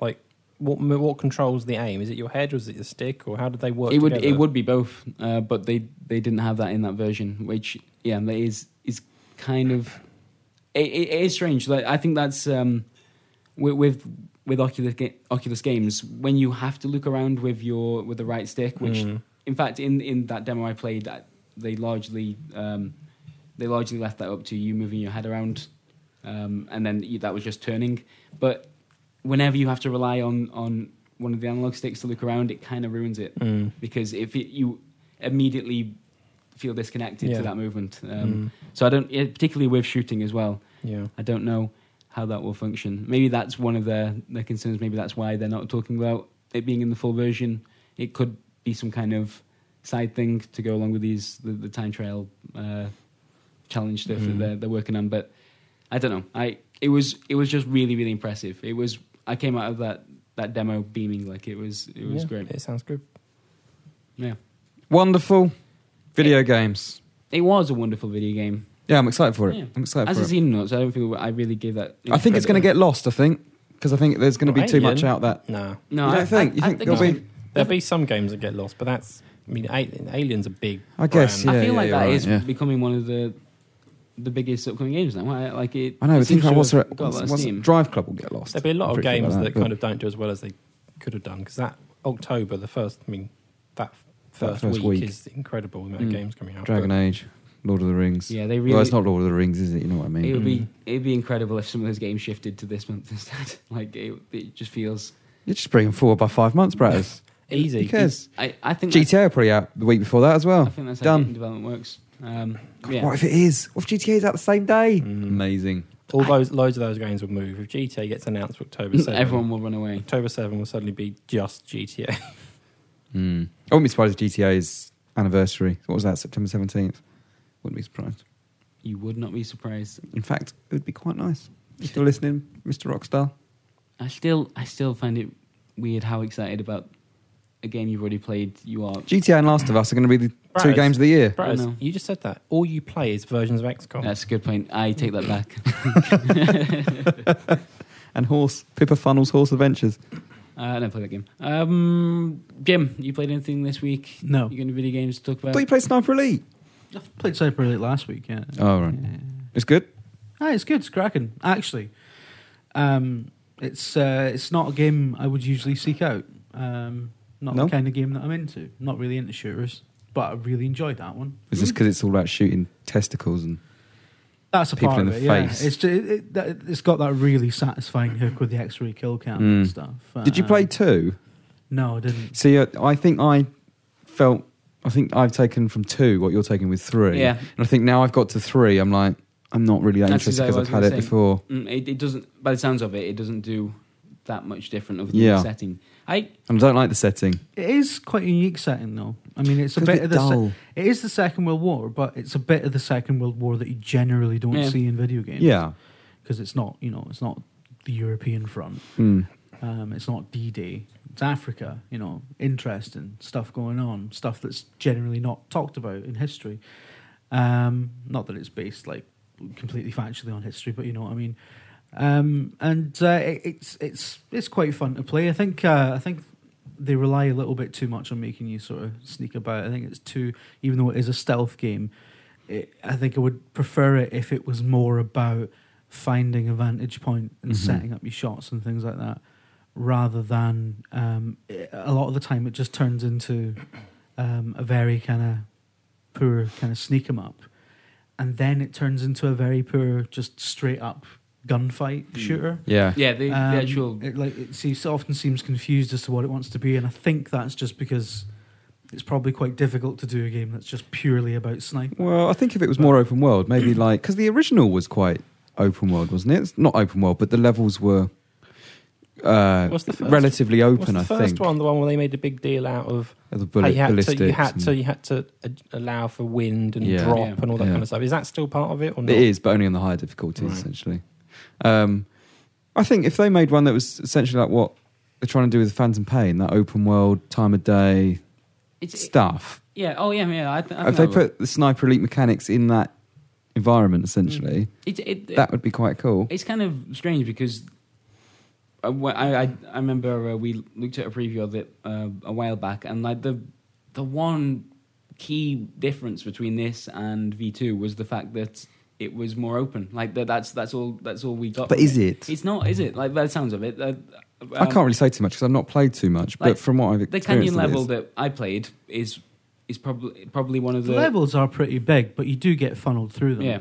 like what what controls the aim? Is it your head or is it your stick or how do they work?
it would it
together?
would be both, uh, but they they didn't have that in that version, which yeah, that is is kind of it, it, it is strange. Like, I think that's um, with, with with Oculus ga- Oculus games when you have to look around with your with the right stick, which
Mm.
in fact in in that demo I played, that they largely um, they largely left that up to you moving your head around, um, and then you, that was just turning. But whenever you have to rely on on one of the analog sticks to look around, it kind of ruins it
Mm.
because if it, you immediately feel disconnected
Yeah.
to that movement. Um, So I don't, yeah, particularly with shooting as well.
Mm. Yeah.
I don't know how that will function. Maybe that's one of their their concerns. Maybe that's why they're not talking about it being in the full version. It could be some kind of side thing to go along with these the, the time trial uh, challenge stuff that
Mm.
they're they're working on. But I don't know. I it was it was just really really impressive. It was I came out of that that demo beaming like it was it was
Yeah,
great.
It sounds good.
Yeah.
Wonderful video games.
It was a wonderful video game.
Yeah, I'm excited for it.
Yeah.
I'm excited
As
for
a
it.
scene notes, I don't think I really gave that.
I think it's going to
credit.
get lost. I think because I think there's going to be
Right,
too much
Ian.
out that.
Nah.
No,
you don't
I
think? You
I,
think
I
there'll
it's-
be-
There'll be some games that get lost, but that's I mean, A- Alien's a big.
I guess,
brand.
I
Yeah,
feel
yeah,
like
you're
that
right,
is
yeah.
becoming one of the the biggest upcoming games now. I, like it.
I know,
it
but
seems
think about
to
what's,
have
it-
got a lot of
what's- what's-
steam.
Drive Club will get lost.
There'll be a lot
I'm
of
pretty sure
games
about
that,
but-
kind of don't do as well as they could have done because that October, the first, I mean, that first,
first
week,
week.
is incredible. The amount of
Mm.
games coming out.
Dragon Age, Lord of the Rings.
Yeah, they really.
well, it's not Lord of the Rings, is it? You know what I mean?
It would
Mm.
be it'd be incredible if some of those games shifted to this month instead. like it, it just feels.
You're just bringing forward by five months, Bratters.
Easy.
Who cares?
I, I think that's-
GTA are probably out the week before that as well.
I think that's how game
Done.
development works. Um,
God,
yeah.
What if it is? What if GTA is out the same day?
Mm.
Amazing.
All those loads of those games will move. If GTA gets announced October 7,
Everyone will run away.
October 7 will suddenly be just GTA.
Mm. I wouldn't be surprised if GTA's anniversary. What was that? September seventeenth. Wouldn't be surprised.
You would not be surprised.
In fact, it would be quite nice. You Still listening, Mr. Rockstar?
I still, I still find it weird how excited about a game you've already played you are.
GTA and Last of Us are going to be the two
Right.
games of the year.
Bros,
know.
you just said that. All you play is versions of XCOM.
That's a good point. I take that back.
And Horse Pippa Funnels Horse Adventures.
Uh, I don't play that game. Um, Jim, you played anything this week?
No.
You got any video games to talk about?
Thought you played Sniper Elite.
I played Cyber Elite last week, yeah.
Oh right,
Yeah.
it's good.
Ah, it's good. It's cracking, actually. Um, it's uh, it's not a game I would usually seek out. Um, not
No?
the kind of game that I'm into. Not really into shooters, but I really enjoyed that one. Mm.
Is
Mm.
this because it's all about shooting testicles and
That's a
people
part
in
of
the
it. yeah.
face?
It's ju- it, it, that- it's got that really satisfying hook with the X-ray kill cam and
Mm.
stuff.
Did you
Um,
play two?
No, I didn't.
See, uh, I think I felt. I think I've taken from two what you're taking with three.
Yeah.
And I think now I've got to three. I'm like, I'm not really that
That's
interested
exactly
because
what
I've
I
had
was
it
gonna say.
before.
Mm, it, it doesn't. By the sounds of it, it doesn't do that much different of the
Yeah.
setting. I
And I don't like the setting.
It is quite a unique setting, though. I mean, it's a
It's a
bit,
bit
of the
dull.
se- it is the Second World War, but it's a bit of the Second World War that you generally don't
Yeah.
see in video games.
Yeah.
because it's not you know it's not the European front.
Hmm.
Um, it's not D Day. It's Africa. You know, interesting stuff going on, stuff that's generally not talked about in history. Um, not that it's based like completely factually on history, but you know what I mean. Um, and uh, it, it's it's it's quite fun to play. I think uh, I think they rely a little bit too much on making you sort of sneak about. I think it's too, even though it is a stealth game. It, I think I would prefer it if it was more about finding a vantage point and
Mhm.
setting up your shots and things like that, rather than um, it- a lot of the time it just turns into um, a very kind of poor kind of sneak 'em up, and then it turns into a very poor just straight up gunfight
Mm.
shooter.
Yeah.
yeah the,
Um,
the actual
it, like it seems, often seems confused as to what it wants to be, and I think that's just because it's probably quite difficult to do a game that's just purely about sniping.
Well, I think if it was more open world, maybe like because the original was quite open world, wasn't it? It's not open world, but the levels were uh,
What's the first-
relatively
What's
open.
the
I
first
think
one, the one where they made a big deal out of
the
how
bullet
you had to you
ballistics
had to
and-
you had to a- allow for wind and
Yeah.
drop
Yeah.
and all that
Yeah.
kind of stuff. Is that still part of it or not?
It is, but only on the higher difficulties,
Right.
essentially. Um, I think if they made one that was essentially like what they're trying to do with Phantom Pain, that open world, time of day
it's
stuff,
yeah. Oh yeah, yeah. I, th- I think
if they
that would-
put the sniper elite mechanics in that environment, essentially,
it, it,
that would be quite cool.
Mm. It's kind of strange because I, I, I- I remember uh, we looked at a preview of it uh, a while back, and like the the one key difference between this and V two was the fact that it was more open. Like that, that's that's all that's all we got.
But
from
is it?
It's not, is it? Like by the sounds of it, uh,
I
um,
can't really say too much because I've not played too much,
like,
but from what I've
The
experienced,
canyon
it
level
is.
that I played is is probably probably one of
The
the
levels are pretty big, but you do get funneled through them.
Yeah.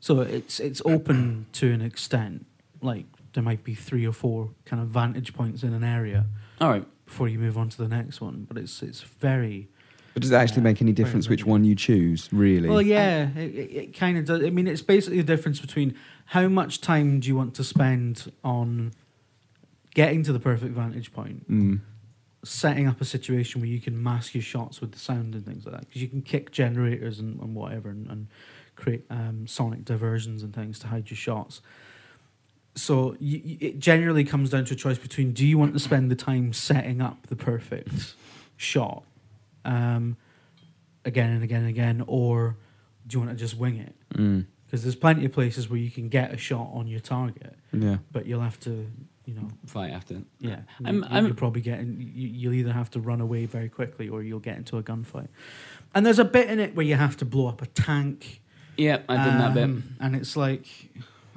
So it's it's open to an extent. Like there might be three or four kind of vantage points in an area
All right.
before you move on to the next one. But it's it's very
But does it actually
Yeah,
make any
very
difference which
limited.
one you choose, really?
Well, yeah, it, it, it kind of does. I mean, it's basically the difference between how much time do you want to spend on getting to the perfect vantage point,
Mm.
setting up a situation where you can mask your shots with the sound and things like that, because you can kick generators and, and whatever and, and create um, sonic diversions and things to hide your shots. So you, you- it generally comes down to a choice between do you want to spend the time setting up the perfect shot um, again and again and again, or do you want to just wing it?
Mm.
Because there's plenty of places where you can get a shot on your target,
Yeah.
but you'll have to, you know,
Fight after.
yeah,
I'm-
I'm,
I'm-
you're probably getting. You, you'll either have to run away very quickly, or you'll get into a gunfight. And there's a bit in it where you have to blow up a tank.
Yeah, I did that bit.
um, and it's like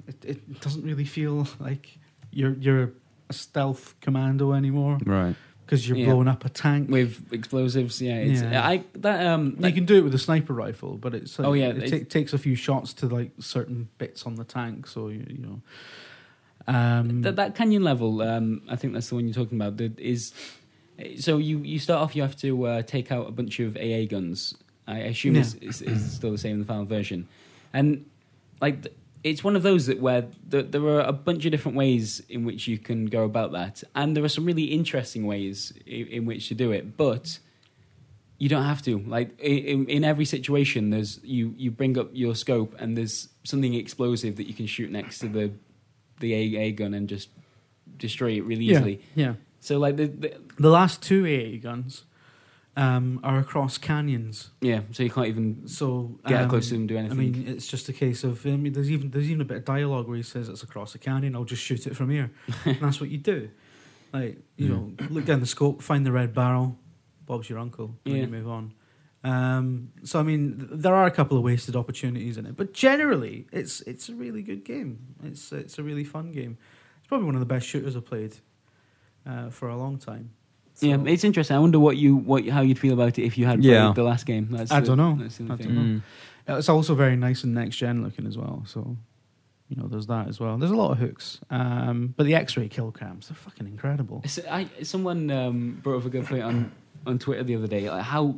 it, it doesn't really feel like you're you're a stealth commando anymore
Right.
because you're
Yeah.
blowing up a tank.
with explosives. Yeah, it's,
Yeah.
I that um.
you can do it with a sniper rifle, but it's like,
Oh, yeah,
it,
it's-
ta- takes a few shots to like certain bits on the tank, so you, you know. Um, Mm.
um, that, that canyon level, um, I think that's the one you're talking about. That is, Uh, So you, you start off, you have to uh, take out a bunch of AA guns. I assume
Yeah.
it's, it's, it's still the same in the final version. And like th- it's one of those that where th- there are a bunch of different ways in which you can go about that. And there are some really interesting ways in, in which to do it. But you don't have to like i- in, in every situation there's you you bring up your scope and there's something explosive that you can shoot next to the the AA gun and just destroy it really easily
Yeah.
so like the, the
The last two AA guns um, are across canyons.
yeah so you can't even
So
get
um,
close to them do anything
I mean, it's just a case of I mean, there's even there's even a bit of dialogue where he says it's across a canyon. I'll just shoot it from here, and that's what you do. Like you
Yeah.
know, look down the scope, find the red barrel. Bob's your uncle. And
Yeah.
then you move on. Um, so I mean, th- there are a couple of wasted opportunities in it, but generally, it's it's a really good game. It's it's a really fun game. It's probably one of the best shooters I've played uh, for a long time.
yeah
So-
it's interesting i wonder what you what how you'd feel about it if you had played
Yeah.
the last game that's
I
the-
don't know.
that's the only
I
thing.
don't know. Uh, It's also very nice and next gen looking as well. So, you know, there's that as well. There's a lot of hooks. Um, but the X ray kill cams, they're fucking incredible.
So I, someone um, brought up a good point on, on Twitter the other day. Like how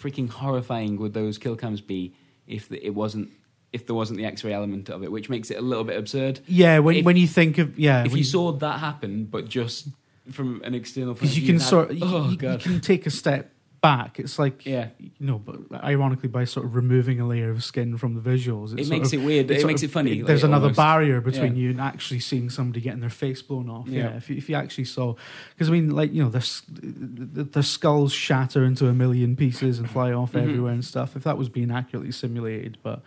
freaking horrifying would those kill cams be if the, it wasn't if there wasn't the X-ray element of it, which makes it a little bit absurd.
Yeah, when,
If-
when you think of yeah,
if
when
you saw that happen, but just from an external point,
because
of
you
view,
can
that-
sort you,
oh
you- you
god,
can take a step back. It's like
yeah,
you know, but ironically by sort of removing a layer of skin from the visuals,
it
sort
makes
of-
it weird. It
sort
makes
of-
it funny.
There's
like,
another
almost.
barrier between
Yeah.
you and actually seeing somebody getting their face blown off. Yeah,
Yeah.
if, you, if you actually saw, because I mean, like you know, their s- the, the skulls shatter into a million pieces and fly off
Mhm.
everywhere and stuff. If that was being accurately simulated, but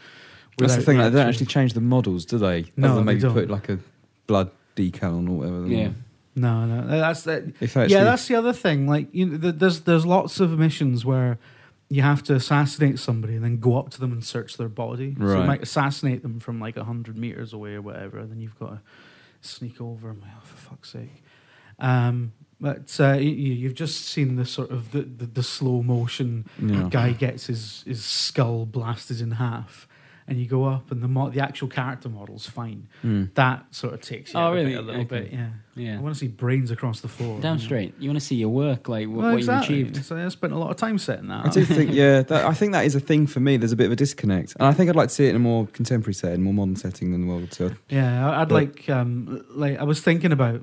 That's the
without
thing. Like, they don't actually
actual-
change the models, do they?
No,
Other than
they
maybe
don't.
put like a blood decal on or whatever.
Yeah.
No, no, that's that.
If actually,
yeah, that's the other thing. Like, you know, th- there's there's lots of missions where you have to assassinate somebody and then go up to them and search their body. So you
Right.
might assassinate them from like hundred meters away or whatever, and then you've got to sneak over. And, oh, for fuck's sake! Um, but uh, you, you've just seen the sort of the, the, the slow motion
yeah.
guy gets his, his skull blasted in half, and you go up, and the mo- the actual character model's fine.
Mm.
That sort of takes you
Oh,
out of it
really?
a little
Okay.
bit, yeah. I
Yeah,
want to see brains across the floor.
down
you know.
straight. You want to see your work, like what,
Well,
what
exactly.
you achieved.
So I spent a lot of time setting that.
I
up.
do think, yeah, that, I think that is a thing for me. There's a bit of a disconnect, and I think I'd like to see it in a more contemporary setting, more modern setting than World War Two.
Yeah, I- I'd
But-
like um like I was thinking about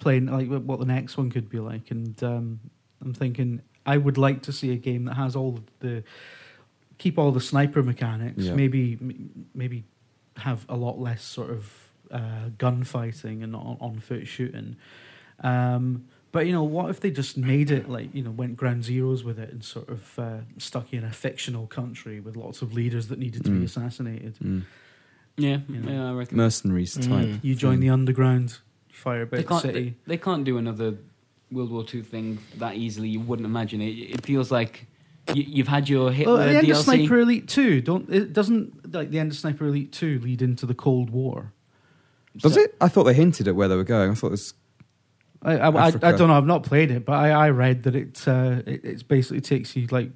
playing like wh- what the next one could be like, and um I'm thinking I would like to see a game that has all the keep all the sniper mechanics,
Yeah.
maybe m- maybe have a lot less sort of uh, gunfighting and on, on foot shooting. Um, but you know, what if they just made it like you know went ground zeros with it and sort of uh, stuck you in a fictional country with lots of leaders that needed to be
Mm.
assassinated?
Mm.
Yeah,
You know.
yeah, I reckon.
Mercenaries type.
Mm.
Hmm, You join the underground, you fire
they
about the
can't,
city.
They, they can't do another World War II thing that easily. You wouldn't imagine it. It feels like you, you've had your Hitler
Well, at the end of
DLC.
Sniper Elite Two, don't it doesn't like the end of Sniper Elite Two lead into the Cold War?
Does
So-
it? I thought they hinted at where they were going. I thought this.
I I, I, I
Africa.
don't know. I've not played it, but I, I read that it, uh, it it's basically takes you like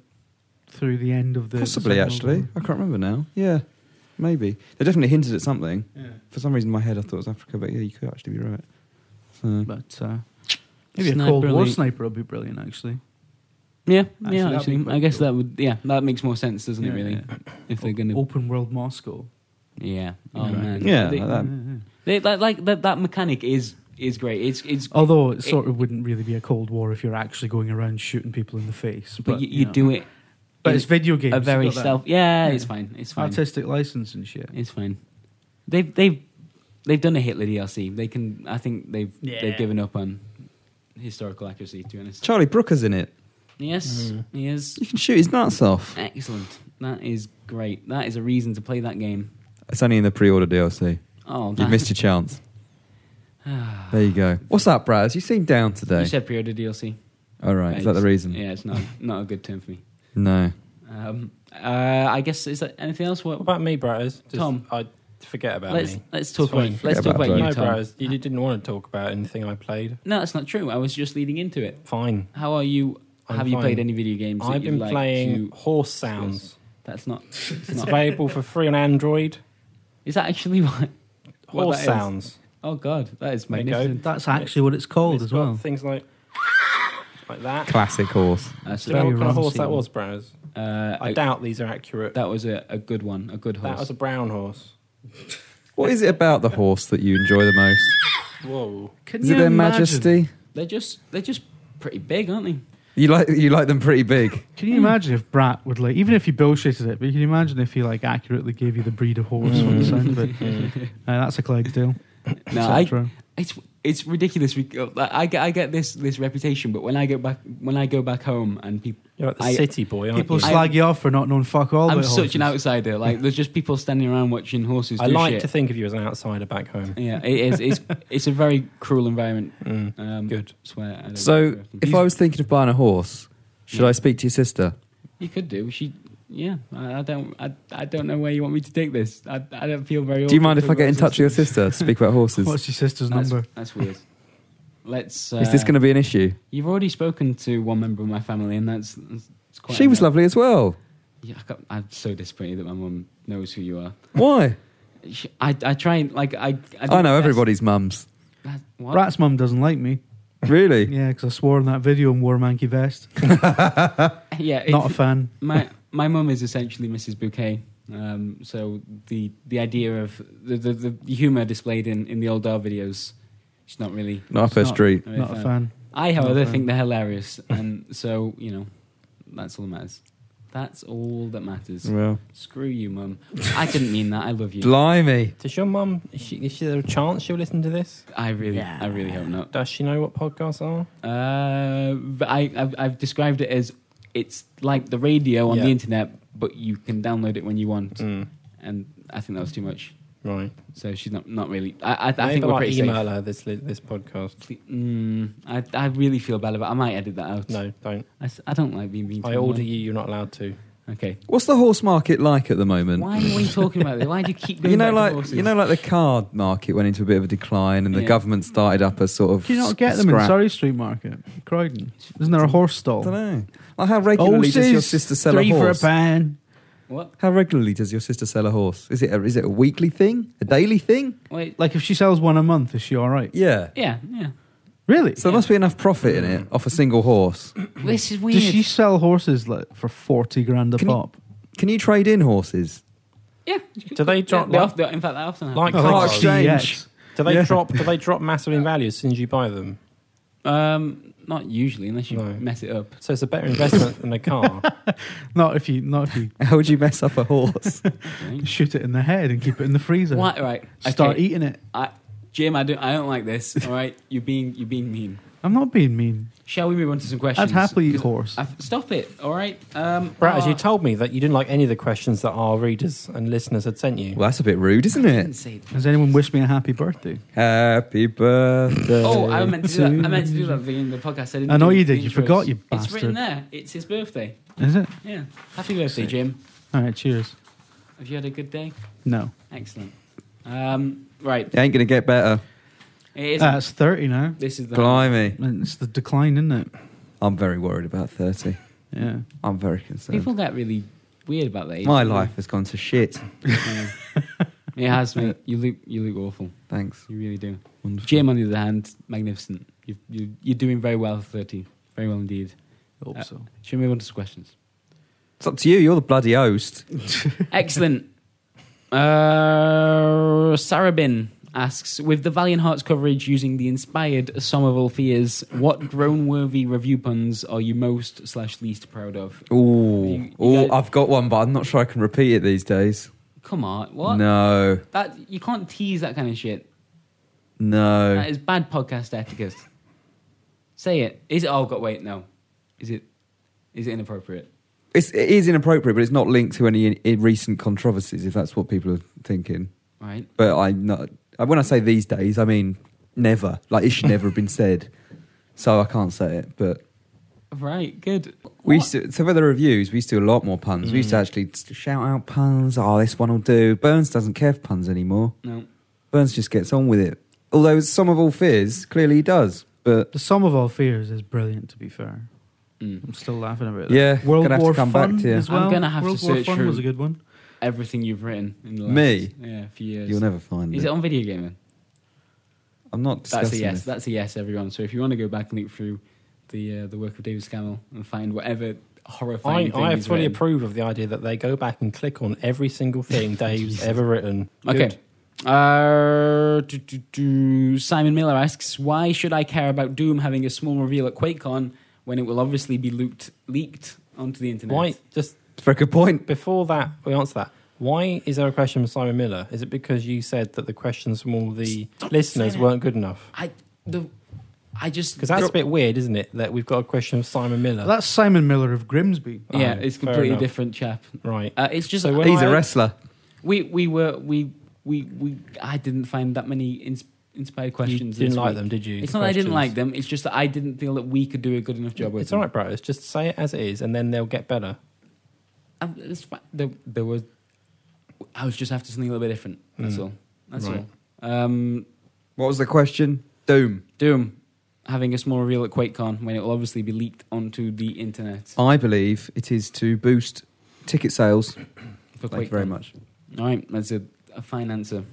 through the end of the
Possibly,
Second
actually.
World
I can't remember now. Yeah, maybe. They definitely hinted at something.
War. Yeah.
For some reason, in my head, I thought it was Africa, but yeah, you could actually be right. So,
But uh, maybe a
Sniper
Cold War
Elite.
sniper would be brilliant, actually.
Yeah,
Actually,
yeah.
that'd
Actually,
be quite
I guess
cool.
that would. Yeah, that makes more sense, doesn't
Yeah,
it? Really,
yeah.
if they're
O-
going to.
open world Moscow.
Yeah. Oh
Yeah.
man.
Yeah,
They,
like that.
Yeah, yeah.
they- like, like that. That mechanic is is great. It's it's.
Although it
It-
sort of wouldn't really be a Cold War if you're actually going around shooting people in the face.
But,
But,
you, you,
know.
do it.
But
in
it's video games.
a
you've
very
got that
stealth. Yeah,
Yeah.
it's fine. It's fine.
artistic license and shit.
It's fine. They've they've they've done a Hitler DLC. They can. I think they've
Yeah.
they've given up on historical accuracy. To be honest.
Charlie Brooker's in it.
Yes,
Mm.
Mm-hmm.
he is.
You can shoot his nuts off.
Excellent. That is great. That is a reason to play that game.
It's only in the pre-order DLC.
Oh,
You
that,
missed your chance. There you go. What's up, Braz? You seem down today.
you said pre-order DLC.
All right. Is that the
It's-
reason?
Yeah, it's not not a good term for me.
No.
Um, uh, I guess is that anything else? What,
What about me, bros? Just-
Tom.
I forget about
let's
me.
let's talk
Sorry.
about let's
Forget
talk
about
about,
Joe.
you,
no,
Tom.
bros. You didn't want to talk about anything I played.
No, that's not true. I was just leading into it.
Fine.
How are you?
I'm
Have you
fine.
played any video games? that
I've
you'd
been
like
playing
to-
Horse Sounds.
That's not. It's
It's
not.
available for free on Android.
Is that actually what? What
Horse
that is.
Sounds.
Oh God, that is
There you go.
magnificent.
That's actually what it's called
It's
as
got
well.
Things like like that.
Classic horse.
Uh, so
Do you know
very
what kind of horse
Ramsey
that
one.
was, Browse?
that, uh,
I,
I-
doubt these are accurate. That,
that was a, a good one, a good horse.
was a brown horse.
What is it about the horse that you enjoy the most?
Whoa.
Can
Is
you
it their
imagine?
majesty?
they're just they're just pretty big, aren't they?
You like you like them pretty big.
Can you imagine if Brat would like, even if he bullshitted it, but can you imagine if he like accurately gave you the breed of horse from the sound of it?
Hmm.
Uh, that's a Clydesdale.
No,
et
I,
cetera.
it's it's ridiculous. We, uh, like, I get I get this this reputation, but when I get back when I go back home and people,
You're like the
I-
city boy, aren't
people
you?
I-
slag you off for not knowing fuck all.
I'm
about
such
horses.
an outsider. Like there's just people standing around watching horses.
I
do
like
shit.
to think of you as an outsider back home.
Yeah, it is. It's it's a very cruel environment.
Mm.
Um,
Good.
Swear. I don't
So
know.
if I was thinking of buying a horse, should I speak to your sister?
you could do. She. Yeah, I, I don't. I, I don't know where you want me to take this. I, I don't feel very.
Do you
awkward
mind if I
talking
get in
about
touch with your
sisters.
sister to speak about horses?
What's your sister's
That's,
number?
that's weird. Let's. Uh,
Is this going to be an issue?
You've already spoken to one member of my family, and that's. that's quite
She was
enough.
lovely as well.
Yeah, I got- I'm so disappointed that my mum knows who you are.
Why?
She- I, I try and like I. I,
I know
that's-
everybody's mums.
that- what?
Brat's mum doesn't like me.
Really?
Yeah, because I swore in that video and wore a manky vest.
Yeah, it's,
Not a fan.
my my mum is essentially Mrs. Bouquet. Um, so the the idea of the the, the humour displayed in, in the old Dar videos, she's not really.
Not up her
It's not-
street.
not really
Not a fan.
I, however,
not a
think
fan.
they're hilarious, and so you know, that's all that matters. That's all that matters.
Mm.
Well,
Screw you, mum. I didn't mean that. I love you.
blimey.
Does your mum, is, she, is there a chance she'll listen to this?
I really, I really hope not.
Does she know what podcasts are?
Uh, but I, I've, I've described it as it's like the radio on
Yeah.
the internet, but you can download it when you want.
Mm.
And I think that was too much.
Right.
So she's not, not really. I, I, I
Maybe
think we're
I'll
pretty
email
safe.
her this, li- this podcast.
Ple- Mm, I, I really feel bad about. I might edit that out.
No, don't.
I, s- I don't like being mean. To
I
my mum.
order you, you're not allowed to.
Okay.
What's the horse market like at the moment?
Why are we talking about this? Why do you keep going
You know,
back
like
to horses?
you know, like the car market went into a bit of a decline, and the
Yeah.
government started up a sort of.
Can you not get
s-
them in
scrap.
Surrey Street Market, Croydon? Isn't there a horse
I
stall?
don't know. Like how regularly does your
Horses,
sister sell
three
a
for a
horse?
pan.
what?
how regularly does your sister sell a horse? Is it a, is it a weekly thing, a daily thing?
Wait.
Like if she sells one a month, is she all right?
Yeah.
Yeah, yeah.
Really?
So there must be enough profit in it off a single horse.
This is weird.
Does she sell horses like for forty grand a
Can you- Oh
pop?
Can you trade in horses?
yeah.
Do they drop
Yeah,
like-
often, in fact, that often happens.
Like
Oh,
Part
like
cars.
exchange.
CX.
Do they
Yeah.
drop? Do they drop massive in value as soon as you buy them?
um, not usually, unless you
No.
mess it up.
So it's a better investment than a car.
Not if you, not if you
How would you mess up a horse?
Okay.
shoot it in the head and keep it in the freezer.
Why? Right.
Start
okay.
eating it.
I, Jim, I don't, I don't like this. All right, you're being you're being mean.
I'm not being mean.
Shall we move on to some questions?
I'd happily eat
'Cause
horse.
I've- stop it. All right. Um,
Brad, as
ah,
you told me that you didn't like any of the questions that our readers and listeners had sent you.
well, that's a bit rude, isn't
I didn't
it?
say that.
Has anyone wished me a happy birthday?
Happy birthday.
Oh, I meant to do that. I meant to do that in the podcast. I, didn't
I know
do
you
the
did. You
intros.
forgot, you
It's written
bastard.
there. It's his birthday.
Is it?
Yeah. Happy birthday, Jim.
All right. Cheers.
Have you had a good day?
No,
Excellent. Um, right.
It ain't going to get better.
It is.
that's Uh, thirty now.
this is the.
Blimey.
And It's the decline, isn't it?
I'm very worried about 30.
Yeah.
I'm very concerned.
People get really weird about that. age,
My
don't they?
life has gone to shit.
Yeah. it has, mate. You look you look awful.
Thanks.
You really do.
Wonderful.
Jim, on the other hand, magnificent. You've, you, you're doing very well for 30. Very well indeed.
Hope
Uh,
so.
Should we move on to some questions?
It's up to you. You're the bloody host.
Excellent. Uh, Sarabin asks With the Valiant Hearts coverage using the inspired Sum of All Fears, what grown worthy review puns are you most slash least proud of?
Ooh.
You- you
Ooh,
guys-
I've got one, but I'm not sure I can repeat it these days.
Come on, what?
No.
That, you can't tease that kind of shit.
No.
That Uh, is bad podcast etiquette. Say it. Is it? Oh, God, wait, no. Is it? Is it inappropriate?
It's, it is inappropriate, but it's not linked to any i recent controversies, if that's what people are thinking.
Right?
But I not when I say these days, I mean never. Like it should never have been said, so I can't say it. But
Right, good.
we
What? Mm.
used to, so for the reviews, we used to do a lot more puns. We used to actually just shout out puns. Oh, this one will do. Burns doesn't care for puns anymore.
No.
Burns just gets on with it. Although some of all fears, clearly he does. But
The sum of all fears is brilliant. To be fair,
Mm.
I'm still laughing about that.
Yeah,
World
gonna have to
War
come back
Fun
to you.
as
I'm
well.
gonna have to
World War
search
Fun
through-
was a good one.
everything you've written in the last
Me?
yeah few years.
you'll never find
Is
it.
it on video gaming?
I'm not
That's a
discussing
yes.
this.
That's a yes, everyone. So if you want to go back and look through the uh, the work of David Scammell and find whatever
I,
horrifying thing
I
he's
fully
written.
approve of the idea that they go back and click on every single thing Dave's ever written.
Okay. Uh, do, do, do. Simon Miller asks, why should I care about Doom having a small reveal at QuakeCon when it will obviously be looped, leaked onto the
Good.
internet?
Why? Just
Very good point.
before that, we answer that. Why is there a question from Simon Miller? Is it because you said that the questions from all the listeners
saying it.
weren't good enough?
I the I just
Because that's a bit weird, isn't it? That we've got a question from Simon Miller.
That's Simon Miller of Grimsby.
yeah,
Oh,
it's
fair
completely
enough.
different chap.
right.
Uh, it's just
So when
He's
I-
a wrestler.
we we were we we we I didn't find that many ins- inspired
You
questions.
didn't
this
like
week.
them, did you?
It's
the
not that I didn't like
questions?
them. It's just that I didn't feel that we could do a good enough job with
It's
them.
all right, bros. Just say it as it is, and then they'll get better.
I, it's fine. There, there was. I was just after something a little bit different. That's
Mm.
all. That's
Right.
all. Um,
What was the question? Doom.
Doom having a small reveal at QuakeCon when it will obviously be leaked onto the internet.
I believe it is to boost ticket sales.
For
Thank
QuakeCon.
you very much.
All right, that's a, a fine answer.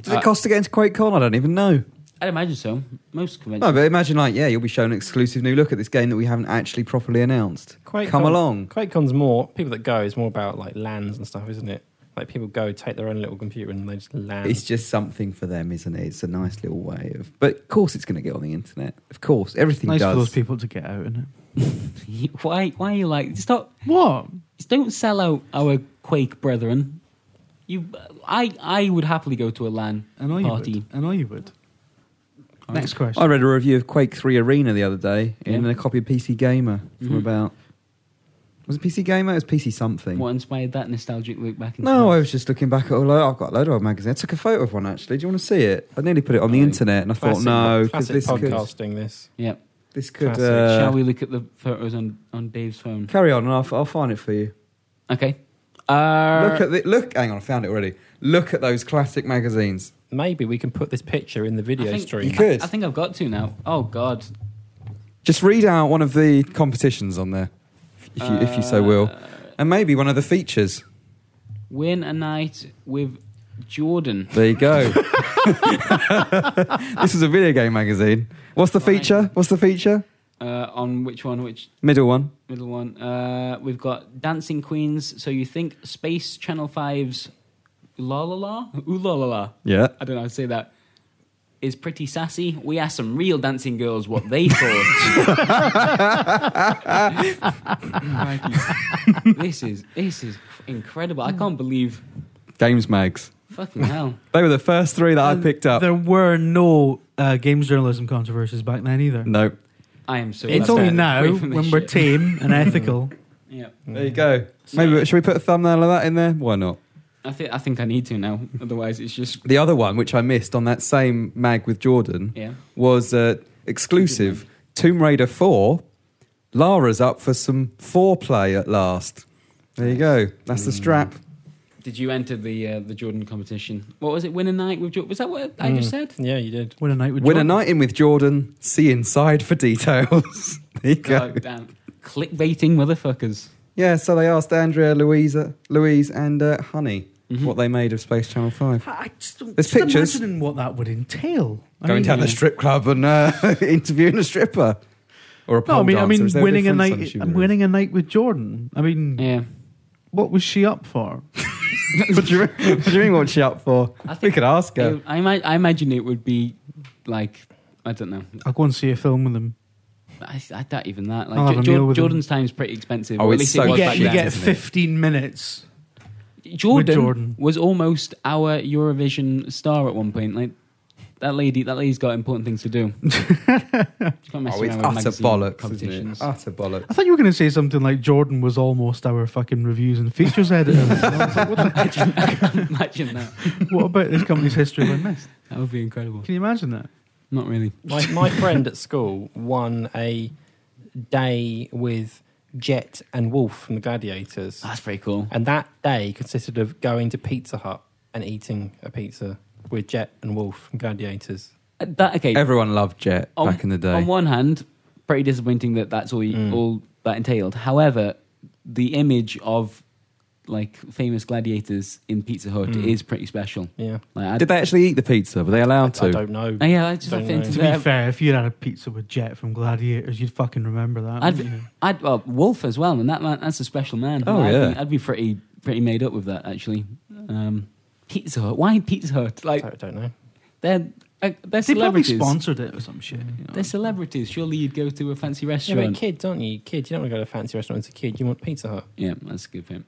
Does
Uh,
it cost to get into QuakeCon? I don't even know.
I'd imagine so. Most conventions.
No, but imagine like, yeah, you'll be shown an exclusive new look at this game that we haven't actually properly announced.
Quite
Come
com-
along.
QuakeCon's more people that go is more about like lands and stuff, isn't it? Like people go take their own little computer and they just land.
It's just something for them, isn't it? It's a nice little way of. But of course, it's going to get on the internet. Of course, everything
Nice
does.
for those people to get out, isn't it?
why? Why are you like? Stop!
What?
Don't sell out our Quake brethren. You, I, I would happily go to a LAN
I know you
Party.
would. I know you would.
All
Next question.
I read a review of Quake 3 Arena the other day in
Yeah.
a copy of PC Gamer from
Mhm.
about. Was it PC Gamer? It was PC something.
What inspired that nostalgic look back? Into
No,
that?
I was just looking back at all. I've got a load of old magazines. I took a photo of one actually. Do you want to see it? I nearly put it on the
Oh,
internet, and I
classic,
thought no, because
classic
this could,
podcasting. This
yeah.
this could.
Classic.
Uh,
Shall we look at the photos on, on Dave's phone?
carry on? And I'll, I'll find it for you.
Okay. Uh,
look at the look. Hang on, I found it already. Look at those classic magazines.
maybe we can put this picture in the
I
video
think-
stream.
You could.
I think I've got to now. Oh God.
Just read out one of the competitions on there, if you, if you so will,
Uh,
and maybe one of the features.
Win a night with Jordan.
There you go. this is a video game magazine. What's the
Right.
feature? What's the feature?
Uh, on which one? Which
Middle one.
middle one? Uh, we've got Dancing Queens. So you think Space Channel 5's La La La? Ooh La La La.
Yeah.
I don't know how to say that. Is pretty sassy. We asked some real dancing girls what they thought. this is this is incredible. I can't believe
Games mags.
fucking hell.
They were the first three that I picked up.
There were no uh, games journalism controversies back then either.
No.
I am so.
it's
upset.
only now
Away from this
when we're
shit.
tame and ethical.
Yeah,
Mm.
There you go. Maybe should we put a thumbnail of that in there? Why not?
I think I think I need to now. Otherwise, it's just
The other one, which I missed on that same mag with Jordan,
yeah.
was uh, exclusive Tomb Raider 4. Lara's up for some foreplay at last. There you go. That's the
Mm.
strap.
Did you enter the uh, the Jordan competition? What was it? Win a night with Jordan? Was that what I
Mm.
just said?
Mm. Yeah, you did.
Win a night with
Win a
Jordan.
night in with Jordan. See inside for details. there you go.
God damn, clickbaiting motherfuckers.
Yeah, so they asked Andrea, Louisa, Louise, and uh, Honey
Mm-hmm.
Mhm.
what they made of Space Channel 5.
I just don't
There's
just
pictures.
imagining what that would entail. I
Going
mean,
down a strip club and uh, interviewing a stripper. Or a
No, I
pole
mean, I
dancer.
mean,
Is there
winning a
difference? I'm
night,
assuming there is.
winning a night with Jordan. I mean,
Yeah,
what was she up for?
what, do you, mean- what do you mean? What's she up for?
I
We
think-
could ask her.
I, ima- I imagine it would be like I don't know.
I'll go and see a film with them.
I, I doubt even that. Like
I'll have
Jo-
a
Jo-
meal with him.
Jordan's time's pretty expensive.
Oh,
or at least
it's so
it
You
was
get,
back
you
then.
get
isn't it?
15 minutes.
Jordan,
Jordan.
was almost our Eurovision star at one point. Like that lady, that lady's got important things to do. She can't mess
Oh, it's
around with
utter
magazine
bollocks, isn't
competitions.
it? Oh. Utter bollocks.
I thought you were going to say something like Jordan was almost our fucking reviews and features editor. And I was like, what, the-
Imagine that.
what about this company's history we missed?
That would be incredible.
Can you imagine that?
Not really.
My my friend at school won a day with Jet and Wolf from the Gladiators,
That's pretty cool.
and that day consisted of going to Pizza Hut and eating a pizza with Jet and Wolf from Gladiators.
Uh, That okay.
Everyone loved Jet
On-
back in the day. Mm.
On one hand, pretty disappointing that that's all you,
Mm.
all that entailed. However, the image of like famous gladiators in Pizza Hut
Mm.
is pretty special.
Yeah.
Like, I,
Did they actually eat the pizza? Were they allowed
I
to?
don't know.
Oh, yeah, I just
Don't
I think
know.
To be
uh,
fair, if you'd had a pizza with Jet from Gladiators, you'd fucking remember that.
I'd-
wouldn't you?
I'd, well, Wolf as well, and that man, that's a special man.
Oh,
I'd
yeah.
be, I'd be pretty pretty made up with that actually. Um, Pizza Hut, why Pizza Hut?
I
Like
don't, don't know.
they're uh, they're
They probably
celebrities.
sponsored it or some shit. you know.
They're celebrities. Surely you'd go to a fancy
Yeah,
restaurant.
but kids, aren't you? Kids, you don't want to go to a fancy restaurant as a kid. You want Pizza Hut.
Yeah, that's a good point.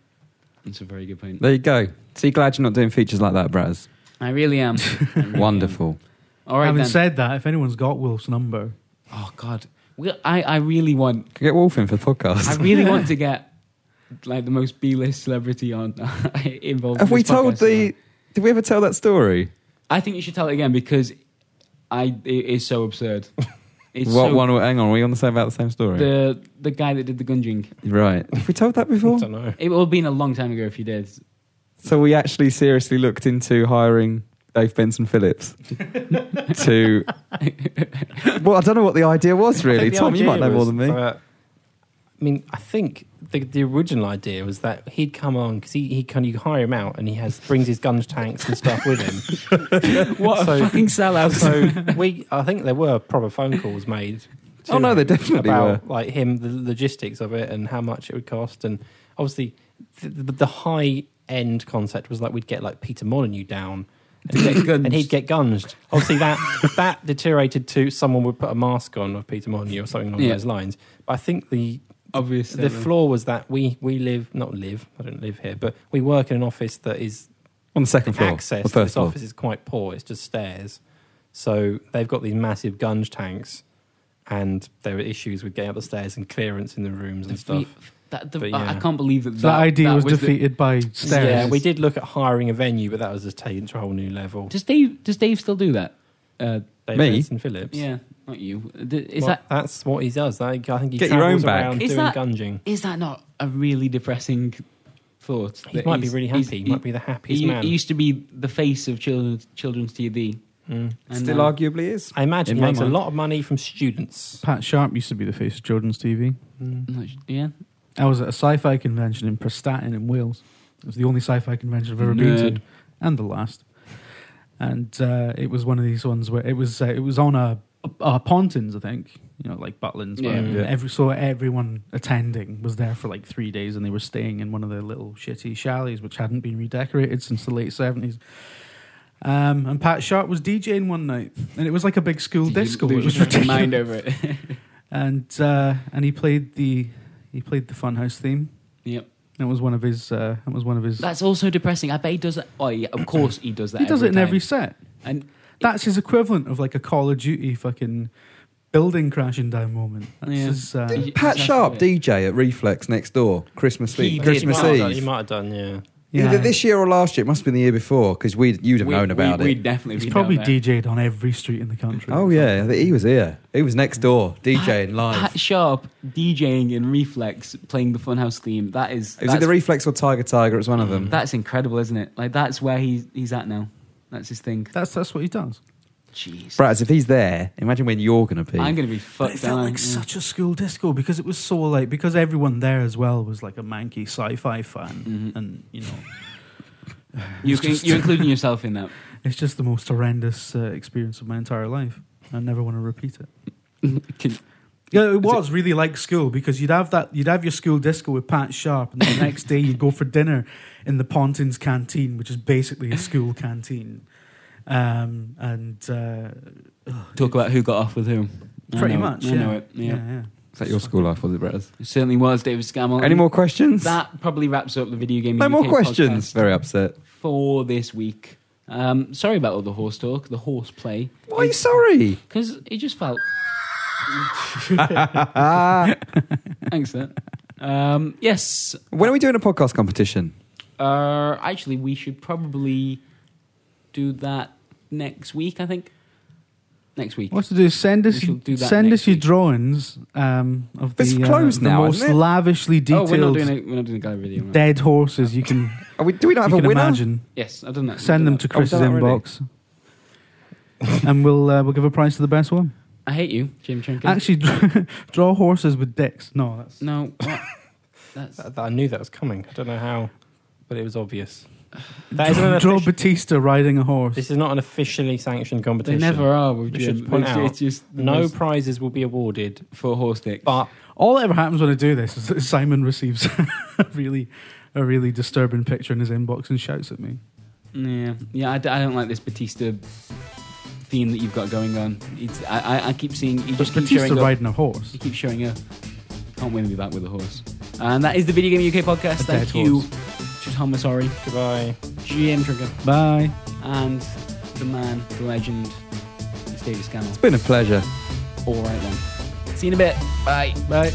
That's a very good point.
There you go. See, glad you're not doing features like that, Braz.
I really am. I really am.
Wonderful.
All right,
Having
then.
said that, if anyone's got Wolf's number,
oh God, we, I I really want
Could get Wolf in for the
I
podcast.
really want to get like the most B list celebrity on involved.
Have
in
we
this
told
podcast.
the? Did we ever tell that story?
I think you should tell it again because I it is so absurd. It's
what
so-
one? Hang on, are we on the same about the same story?
The the guy that did the gunging.
Right. Have we told that
I
before?
don't know.
It would have been a long time ago if you did.
So we actually seriously looked into hiring Dave Benson Phillips to. Well, I don't know what the idea was
I
really.
think the
Tom, you might
idea
know more
was
than me.
that- I mean, I think the, the original idea was that he'd come on because he, he can you hire him out and he has brings his gun tanks and stuff with him.
What a
So-
fucking sellout!
so we, I think there were proper phone calls made. to
Oh, no, there
him
definitely
about like him, the logistics of it, and how much it would cost, and obviously the, the, the high end concept was like we'd get like Peter Molyneux down. And,
Get
get,
gunged.
and he'd get gunged. Obviously, that that deteriorated to someone would put a mask on of Peter Molyneux or something along
Yeah.
those lines. But I think the
Obviously,
the flaw was that we we live not live I don't live here, but we work in an office that is
On the second floor.
access
the
to this
first floor.
office is quite poor. It's just stairs, so they've got these massive gunge tanks, and there were issues with getting up the stairs and clearance in the rooms and stuff.
That, the,
But
I
yeah.
can't believe that
so that idea was,
the-
defeated by stairs.
Yeah, we did look at hiring a venue, but that was just taken to a whole new level.
does Dave does Dave still do that? Uh,
Dave
Me?
Benson Phillips.
yeah, not you. Th- Is
Well,
that
that's what he does. I, I think he
Get your
travels
own bag.
around
Is
doing
that-
gunging.
is that not a really depressing thought?
He
that
might be
he's-
really
he's-
happy. He
he-
might be the happiest
he,
man.
he used to be the face of children's children's TV.
Mm.
and uh,
Still
now-
arguably is.
I imagine
In
he
my
makes
mind.
a lot of money from students.
Pat Sharp used to be the face of Jordan's TV.
Mm.
I'm not su- Yeah,
I was at a sci-fi convention in Prestatyn in Wales. It was the only sci-fi convention I've ever been
Nerd.
to, and the last. And uh, it was one of these ones where it was uh, it was on a, a pontins, I think, you know, like Butlins.
Yeah.
whatever.
Yeah.
Every so everyone attending was there for like three days, and they were staying in one of the little shitty chalets which hadn't been redecorated since the late seventies. Um, and Pat Sharp was DJing one night, and it was like a big school
Did you
disco.
lose
It was
your
ridiculous
mind over it.
and uh, and he played the he played the Funhouse theme.
Yep.
That was one of his. Uh, that was one of his.
That's also depressing. I bet he does that. Oh, yeah, of course he does that.
he does it in
time.
every set.
And
That's his equivalent of like a Call of Duty fucking building crashing down moment. That's
Yeah.
his, uh,
Did you-
Pat
That's
Sharp,
it.
DJ at Reflex next door, Christmas
He did.
Eve.
He might
Christmas
have done-
Eve.
He might have done, yeah.
Either this year or last year. It must have been the year before because we you'd have
we-
known about
we,
it.
We'd definitely
He's
be
probably
down there.
DJ'd on every street in the country.
Oh yeah, I think he was here. He was next door DJing live.
Pat Sharp DJing in Reflex playing the Funhouse theme. That is.
Is it the
that's-
Reflex or Tiger Tiger? It was one of them.
That's incredible, isn't it? Like that's where he's he's at now. That's his thing.
that's that's what he does.
Jeez.
Braz, if he's there, imagine when you're going to be.
I'm gonna be
But it
fucked
felt
down.
like
yeah.
such a school disco because it was so like because everyone there as well was like a manky sci-fi fan,
Mhm.
and you know
You
it's
can,
just-
you're including yourself in that.
it's just the most horrendous uh, experience of my entire life. I never want to repeat it.
Can-
Yeah, it was really like school because you'd have that you'd have your school disco with Pat Sharp, and the next day you'd go for dinner in the Pontins canteen, which is basically a school canteen, um, and uh, ugh,
talk about who got off with whom. I
pretty
know it.
much.
I
yeah.
know it. Yeah.
yeah.
Is that your school life, was it, Braz?
It certainly was David Scammell.
Any more questions?
That probably wraps up the video game.
no
UK
more questions.
podcast
Very upset.
for this week. Um, sorry about all the horse talk, the horse play,
Why are you sorry?
because it just felt.
Ah,
Thanks, sir. Um, yes,
when are we doing a podcast competition?
uh, actually, we should probably do that next week. I think next week.
What to do? is Send us
We shall do that
send
next
us your
week.
drawings um, of
It's
the, uh,
closed
the
now,
most
isn't it?
lavishly
Oh,
detailed
we're not doing a, we're not doing a gallery video. Right?
dead horses you can
Are we, do we not have
you
a
can
winner?
imagine.
Yes, I've done that.
Send them
I've done
to
Oh, we've
Chris's
done that already.
inbox, and we'll uh, we'll give a prize to the best one.
that. I hate you, Jim Trinket.
Actually, draw, draw horses with dicks. No, that's
no. what? That's
That- that- I knew that was coming. I don't know how. but it was obvious. That isn't an
Draw
official-
Batista riding a horse.
this is not an officially sanctioned
They
competition.
never are with
We
Jim.
should point
it's,
out,
it's just the
No
most-
prizes will be awarded,
for horse dicks.
but
All that ever happens when I do this is that Simon receives a really, a really disturbing picture in his inbox and shouts at me.
yeah, yeah, I, d- I don't like this Batista theme that you've got going on. It's I, I, I keep seeing you
But
just keep
Batista
showing up.
riding a horse.
You keep showing up. Can't win me back with a horse. And that is the Video Game UK podcast.
A dead
Thank you, Thomas Sorry,
goodbye.
GM Trigger,
Bye.
and the man, the legend, Mr. David Scammell.
It's been a pleasure.
All right then. See you in a bit. Bye.
Bye.